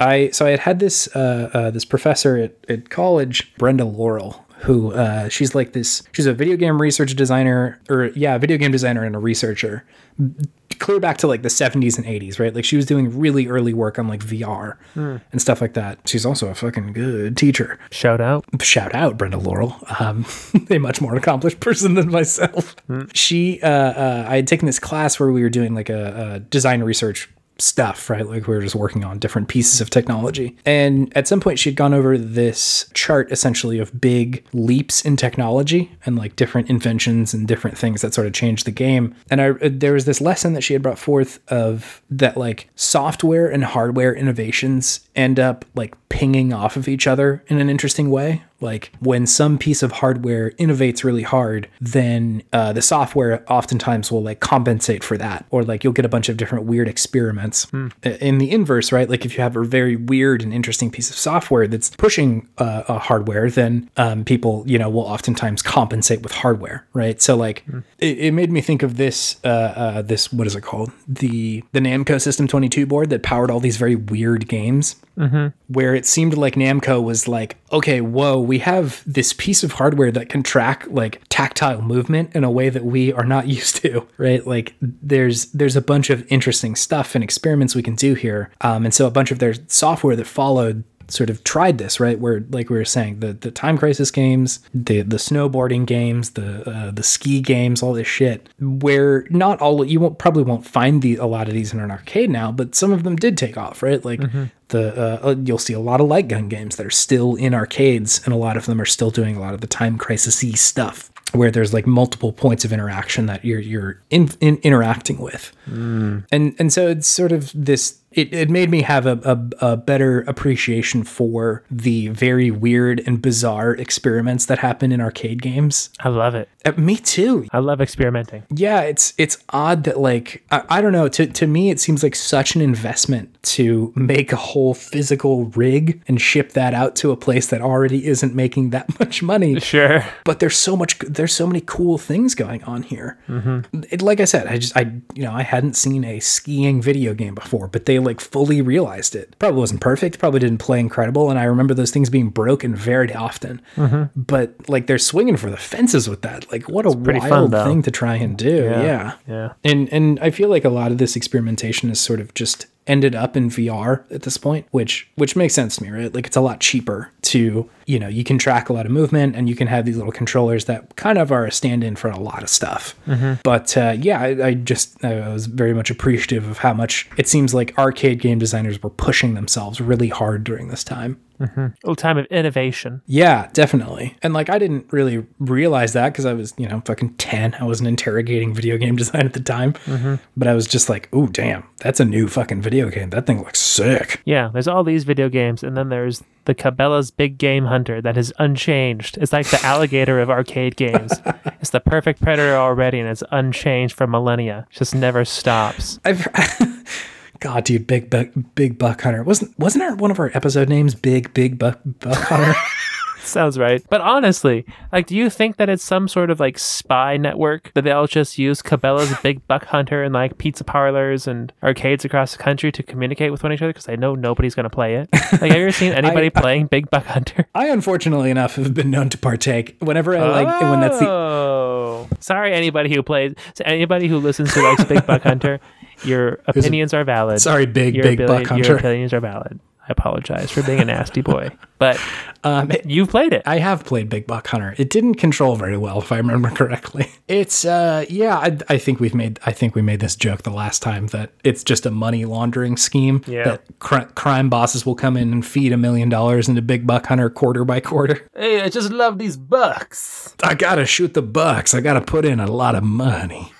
A: I so I had had this uh, uh, this professor at, at college, Brenda Laurel, who uh, she's like this. She's a video game research designer, or yeah, video game designer and a researcher. Clear back to like the 70s and 80s, right? Like she was doing really early work on like VR and stuff like that. She's also a fucking good teacher
B: Shout out.
A: shout out Brenda Laurel, um, <laughs> a much more accomplished person than myself. She, uh, uh, I had taken this class where we were doing like a, a design research stuff, right? Like we were just working on different pieces of technology. And at some point, she'd gone over this chart essentially of big leaps in technology and like different inventions and different things that sort of changed the game. And I, uh, there was this lesson that she had brought forth of that like software and hardware innovations end up like pinging off of each other in an interesting way. Like when some piece of hardware innovates really hard, then uh, the software oftentimes will like compensate for that, or like you'll get a bunch of different weird experiments. I- In the inverse, right? Like if you have a very weird and interesting piece of software that's pushing uh, a hardware, then um, people, you know, will oftentimes compensate with hardware, right? So like it, it made me think of this, uh, uh, this what is it called? The the Namco System 22 board that powered all these very weird games where it seemed like Namco was like, okay, whoa, we have this piece of hardware that can track like tactile movement in a way that we are not <laughs> used to, right? Like there's there's a bunch of interesting stuff and experiments we can do here, um, and so a bunch of their software that followed sort of tried this right where like we were saying the the time crisis games the the snowboarding games the uh, the ski games all this shit where not all you won't probably won't find the a lot of these in an arcade now but some of them did take off right like the uh, uh, you'll see a lot of light gun games that are still in arcades and a lot of them are still doing a lot of the time crisis stuff where there's like multiple points of interaction that you're you're in, in interacting with and and so it's sort of this it, it made me have a, a, a better appreciation for the very weird and bizarre experiments that happen in arcade games
B: I love it.
A: Uh, me too
B: I love experimenting.
A: yeah it's it's odd that like I, I don't know to, to me it seems like such an investment to make a whole physical rig and ship that out to a place that already isn't making that <laughs> much money
B: Sure.
A: but there's so much there's so many cool things going on here
B: Mm-hmm.
A: it, like i said i just i you know i hadn't seen a skiing video game before but they like fully realized it probably wasn't perfect probably didn't play incredible and i remember those things being broken very often but like they're swinging for the fences with that like what a
B: Mm-hmm. pretty fun,
A: wild
B: though.
A: thing to try and do yeah.
B: Yeah.
A: and and i feel like a lot of this experimentation is sort of just ended up in VR at this point, which which makes sense to me, right? Like it's a lot cheaper to, you know, you can track a lot of movement and you can have these little controllers that kind of are a stand-in for a lot of stuff. But uh, yeah, I, I just I was very much appreciative of how much it seems like arcade game designers were pushing themselves really hard during this time.
B: A little time of innovation.
A: Yeah, definitely. And like I didn't really realize that because I was, you know, fucking 10. I wasn't interrogating video game <laughs> design at the time. But I was just like, oh, damn, that's a new fucking video game. That thing looks sick. <laughs>
B: Yeah, there's all these video games, and then there's the Cabela's Big Game Hunter that is unchanged. It's like the alligator of arcade <laughs> games. It's the perfect predator already, and it's unchanged for millennia. It just never stops.
A: I've. God, dude, big buck, big buck hunter. Wasn't wasn't our one of our episode names big big buck buck hunter?
B: Sounds right. But honestly, like, do you think that it's some sort of like spy network that they all just use Cabela's <laughs> Big Buck Hunter and like pizza parlors and arcades across the country to communicate with one another because they know nobody's gonna play it? Like, have you ever <laughs> seen anybody playing Big Buck Hunter?
A: I unfortunately enough have been known to partake whenever I like when that's the
B: Oh, sorry, anybody who plays, so anybody who listens to likes Big Buck
A: <laughs>
B: Hunter, your opinions are valid.
A: sorry, big,
B: your
A: big buck hunter.
B: Your opinions are valid. I apologize for being a nasty boy,
A: <laughs>
B: but
A: Um,
B: you've played it.
A: I have played Big Buck Hunter. It didn't control very well, if I remember <laughs> correctly. It's uh, yeah. I, I think we've made. I think we made this joke the last time that it's just a money laundering scheme.
B: Yeah.
A: That cr- crime bosses will come in and feed a million dollars into Big Buck Hunter quarter by quarter.
B: hey, I just love these bucks.
A: I gotta shoot the bucks. I gotta put in a lot of money.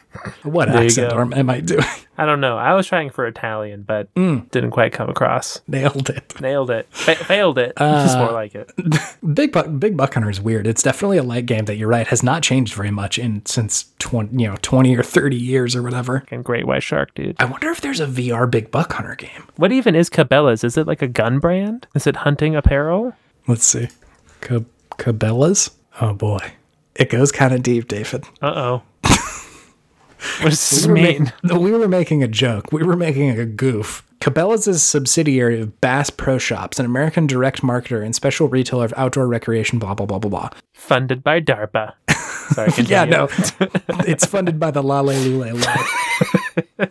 A: What
B: you
A: accent
B: go.
A: am- am I doing? <laughs>
B: I don't know. I was trying for Italian, but
A: Mm.
B: didn't quite come across.
A: Nailed <laughs> it.
B: Nailed it. Fa failed it. It's
A: Uh,
B: more like it.
A: Big Buck, Big Buck Hunter is weird. It's definitely a light game that you're right has not changed very much in since twenty, you know, twenty or thirty years or whatever.
B: Fucking Great White Shark, dude.
A: I wonder if there's a VR Big Buck Hunter game.
B: What even is Cabela's? Is it like a gun brand? Is it hunting apparel?
A: Let's see. Ca- Cabela's? Oh boy. It goes kind of deep, David.
B: Uh oh. what does this
A: We were ma-
B: mean?
A: we were making a joke. We were making a goof. Cabela's is a subsidiary of Bass Pro Shops, an American direct marketer and special retailer of outdoor recreation, blah, blah, blah, blah, blah.
B: Funded by DARPA. Sorry.
A: <laughs>
B: Continue.
A: Yeah, no. it's funded by the La Le Lule Live.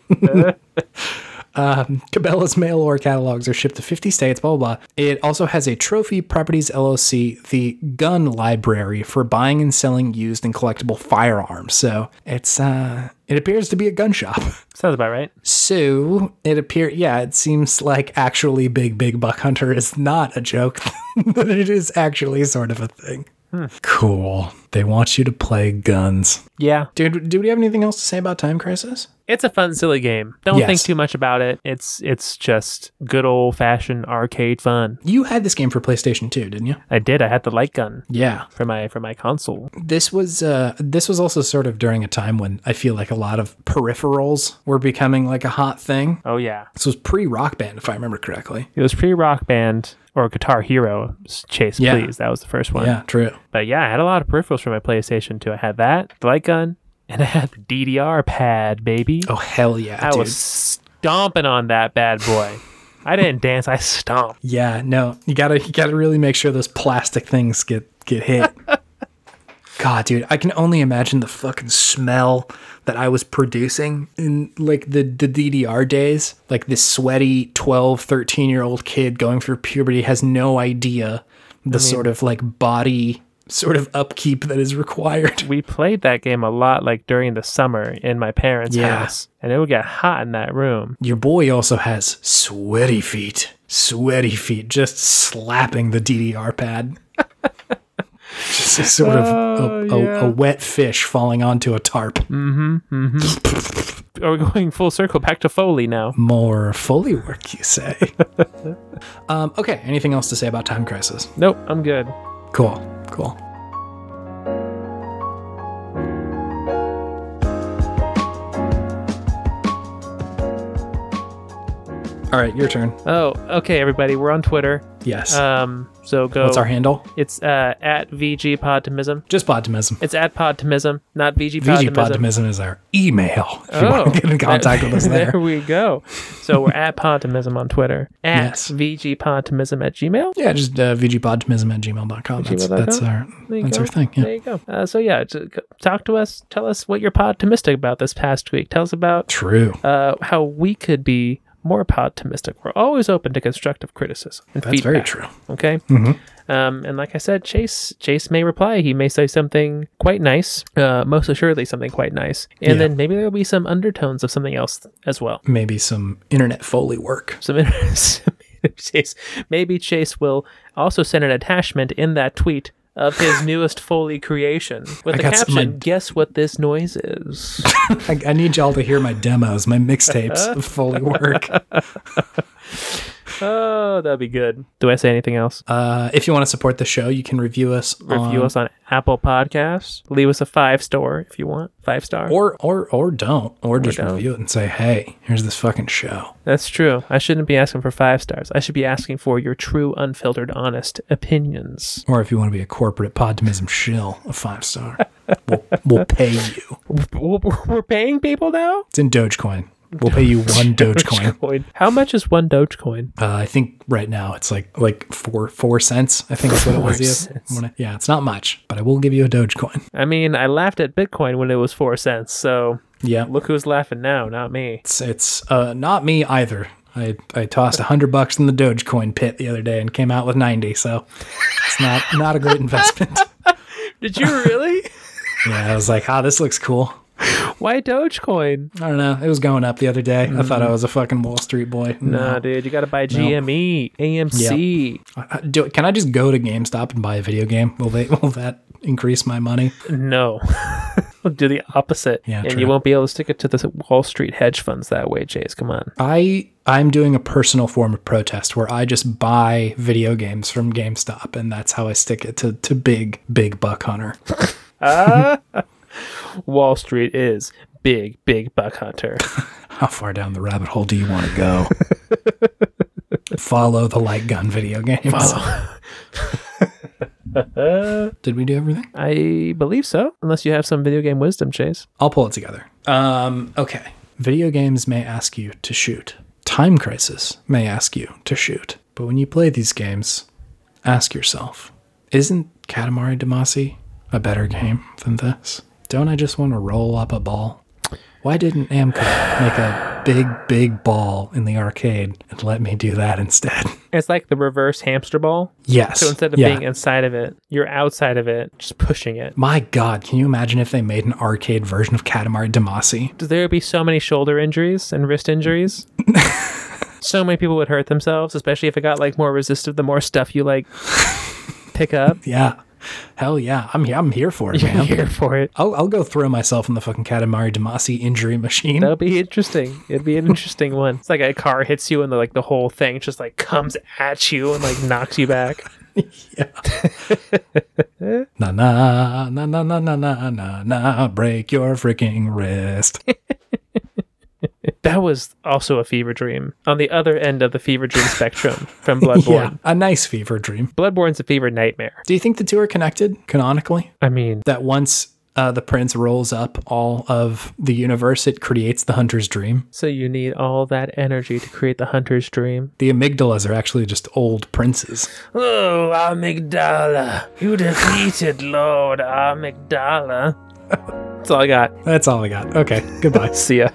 A: um, Cabela's mail order catalogs are shipped to 50 states, blah, blah, blah. It also has a Trophy Properties LLC, the gun library for buying and selling used and collectible firearms. So it's, uh, it appears to be a gun shop.
B: Sounds about right.
A: So it appear, yeah, it seems like actually Big Big Buck Hunter is not a joke, <laughs> but it is actually sort of a thing. Cool. They want you to play guns.
B: Yeah.
A: Dude, do we have anything else to say about Time Crisis?
B: It's a fun, silly game. Don't
A: Yes.
B: think too much about it. It's it's just good old fashioned arcade fun.
A: You had this game for PlayStation 2, didn't you?
B: I did. I had the light gun
A: Yeah.
B: for my for my console.
A: This was uh this was also sort of during a time when I feel like a lot of peripherals were becoming like a hot thing.
B: Oh yeah.
A: This was pre Rock Band if I remember correctly.
B: It was pre Rock Band or Guitar Hero s- Chase
A: Yeah.
B: Please. That was the first one.
A: Yeah, true.
B: But yeah, I had a lot of peripherals for my PlayStation 2. I had that, the light gun, and I had the DDR pad, baby.
A: Oh hell yeah,
B: I
A: dude.
B: was stomping on that bad boy. I didn't dance, I stomped.
A: Yeah, no. You got to you got to really make sure those plastic things get get hit. God, dude, I can only imagine the fucking smell that I was producing in like the, the DDR days. Like this sweaty 12, 13 year old kid going through puberty has no idea the sort of like body sort of upkeep that is required.
B: We played that game a lot like during the summer in my parents'
A: Yeah.
B: house. And it would get hot in that room. <laughs>
A: Your boy also has sweaty feet, sweaty feet, just slapping the DDR pad. <laughs> just a sort of a, a, a wet fish falling onto a tarp.
B: Are we going full circle back to Foley now?
A: More Foley work, you say? um, okay, anything else to say about Time Crisis?
B: Nope, I'm good.
A: Cool, cool. All right, your turn.
B: Oh, okay, everybody, we're on Twitter.
A: Yes.
B: Um, so go.
A: What's our handle?
B: It's uh, at VG Podtimism.
A: Just Podtimism.
B: It's at Podtimism, not VG
A: VG
B: Podtimism.
A: Podtimism is our email. If you want to
B: <laughs>
A: get in contact with us there.
B: Oh. we go. So we're at Pontimism on Twitter. At
A: Yes.
B: VG Pontimism at Gmail.
A: Yeah, just uh, vgpodtimism at gmail.com. That's,
B: gmail.com?
A: that's our
B: There you
A: that's
B: go.
A: our thing. Yeah.
B: There you go. Uh, so yeah, to, talk to us. Tell us what you're podtimistic about this past week. Tell us about
A: True.
B: uh, how we could be more optimistic. We're always open to constructive criticism and
A: That's
B: feedback.
A: very Mm-hmm. true.
B: Okay. Um, and like I said, Chase Chase may reply. He may say something quite nice, uh, most assuredly something quite nice, and
A: Yeah.
B: then maybe there will be some undertones of something else as well.
A: Maybe some internet foley work. <laughs>
B: Some <laughs> some- Chase. Maybe Chase will also send an attachment in that tweet of
A: <laughs>
B: his newest Foley creation with
A: I
B: the
A: got some-
B: caption, "Guess what this
A: <laughs>
B: noise is."
A: I, I need y'all to hear my demos, my
B: <laughs>
A: mixtapes of foley work.
B: oh, that'd be good. Do I say anything else?
A: Uh, if you want to support the show, you can review us,
B: Review
A: on,
B: us on Apple Podcasts. Leave us a five star if you want. Five star.
A: or or or don't, or just
B: don't.
A: review it and say, "Hey, here's this fucking show."
B: That's true. I shouldn't be asking for five stars. I should be asking for your true, unfiltered, honest opinions.
A: Or if you want to be a corporate podtimism shill, a five star, we'll, we'll pay you.
B: W- w- We're paying people now?
A: It's in Dogecoin. We'll pay you
B: <laughs>
A: one Dogecoin.
B: Coin. How much is one Dogecoin?
A: Uh, I think right now it's like like four four cents. I think is what it was.
B: Four
A: Yeah.
B: cents.
A: When I- yeah, it's not much, but I will give you a Dogecoin.
B: I mean, I laughed at Bitcoin when it was four cents, so
A: Yeah,
B: look who's laughing now, not me.
A: it's it's uh, not me either. I I tossed a hundred bucks in the Dogecoin pit the other day and came out with ninety. So it's not not a great
B: <laughs>
A: investment.
B: Did you really?
A: Yeah, I was like, ah, this looks cool.
B: <laughs> Why Dogecoin?
A: I don't know. It was going up the other day. I
B: Mm-hmm.
A: thought I was a fucking Wall Street boy.
B: Nah, dude, you gotta buy E, GME, AMC.
A: I- I- do can I just go to GameStop and buy a video game? Will they <laughs> will that increase my money?
B: No. <laughs> Do the opposite,
A: Yeah,
B: and
A: true.
B: you won't be able to stick it to the Wall Street hedge funds that way, Chase. Come on.
A: I I'm doing a personal form of protest where I just buy video games from GameStop and that's how I stick it to to big big buck hunter. <laughs>
B: Wall Street is big, big buck hunter.
A: How far down the rabbit hole do you want to go? Follow the light gun video games. <laughs> Did we do everything?
B: I believe so, unless you have some video game wisdom, Chase.
A: I'll pull it together. Um, okay. Video games may ask you to shoot. Time Crisis may ask you to shoot. But when you play these games, ask yourself Isn't Katamari Damacy a better game than this? Don't I just want to roll up a ball? Why didn't Amco make a big, big ball in the arcade and let me do that instead? <laughs>
B: It's like the reverse hamster ball.
A: Yes.
B: So instead of
A: Yeah.
B: being inside of it, you're outside of it, just pushing it.
A: My God, can you imagine if they made an arcade version of Katamari Damacy?
B: There would be so many shoulder injuries and
A: <laughs>
B: wrist injuries. so many people would hurt themselves, especially if it got like more resistive the more stuff you like
A: <laughs>
B: pick up.
A: Yeah. Hell yeah. I'm I'm here for
B: <laughs>
A: it, man.
B: I'm here for it.
A: I'll, I'll go throw myself in the fucking Katamari Damacy injury machine.
B: That'll be interesting. <laughs> It'd be <laughs> an interesting one. It's like a car hits you and the, like the whole thing just like comes at you and like knocks you back. <laughs>
A: Na na na na na na na na na. Break your freaking wrist.
B: That was also a fever dream on the other end of the fever <laughs> dream spectrum from Bloodborne.
A: a nice fever dream.
B: Bloodborne's a fever nightmare.
A: Do you think the two are connected canonically?
B: I mean,
A: That once uh, the prince rolls up all of the universe, it creates the hunter's dream.
B: so you need all that energy to create the hunter's dream.
A: The amygdalas are actually just old princes.
B: Oh, Amygdala, you defeated Lord Amygdala. <laughs> That's all I got.
A: That's all I got. Okay, goodbye.
B: See ya.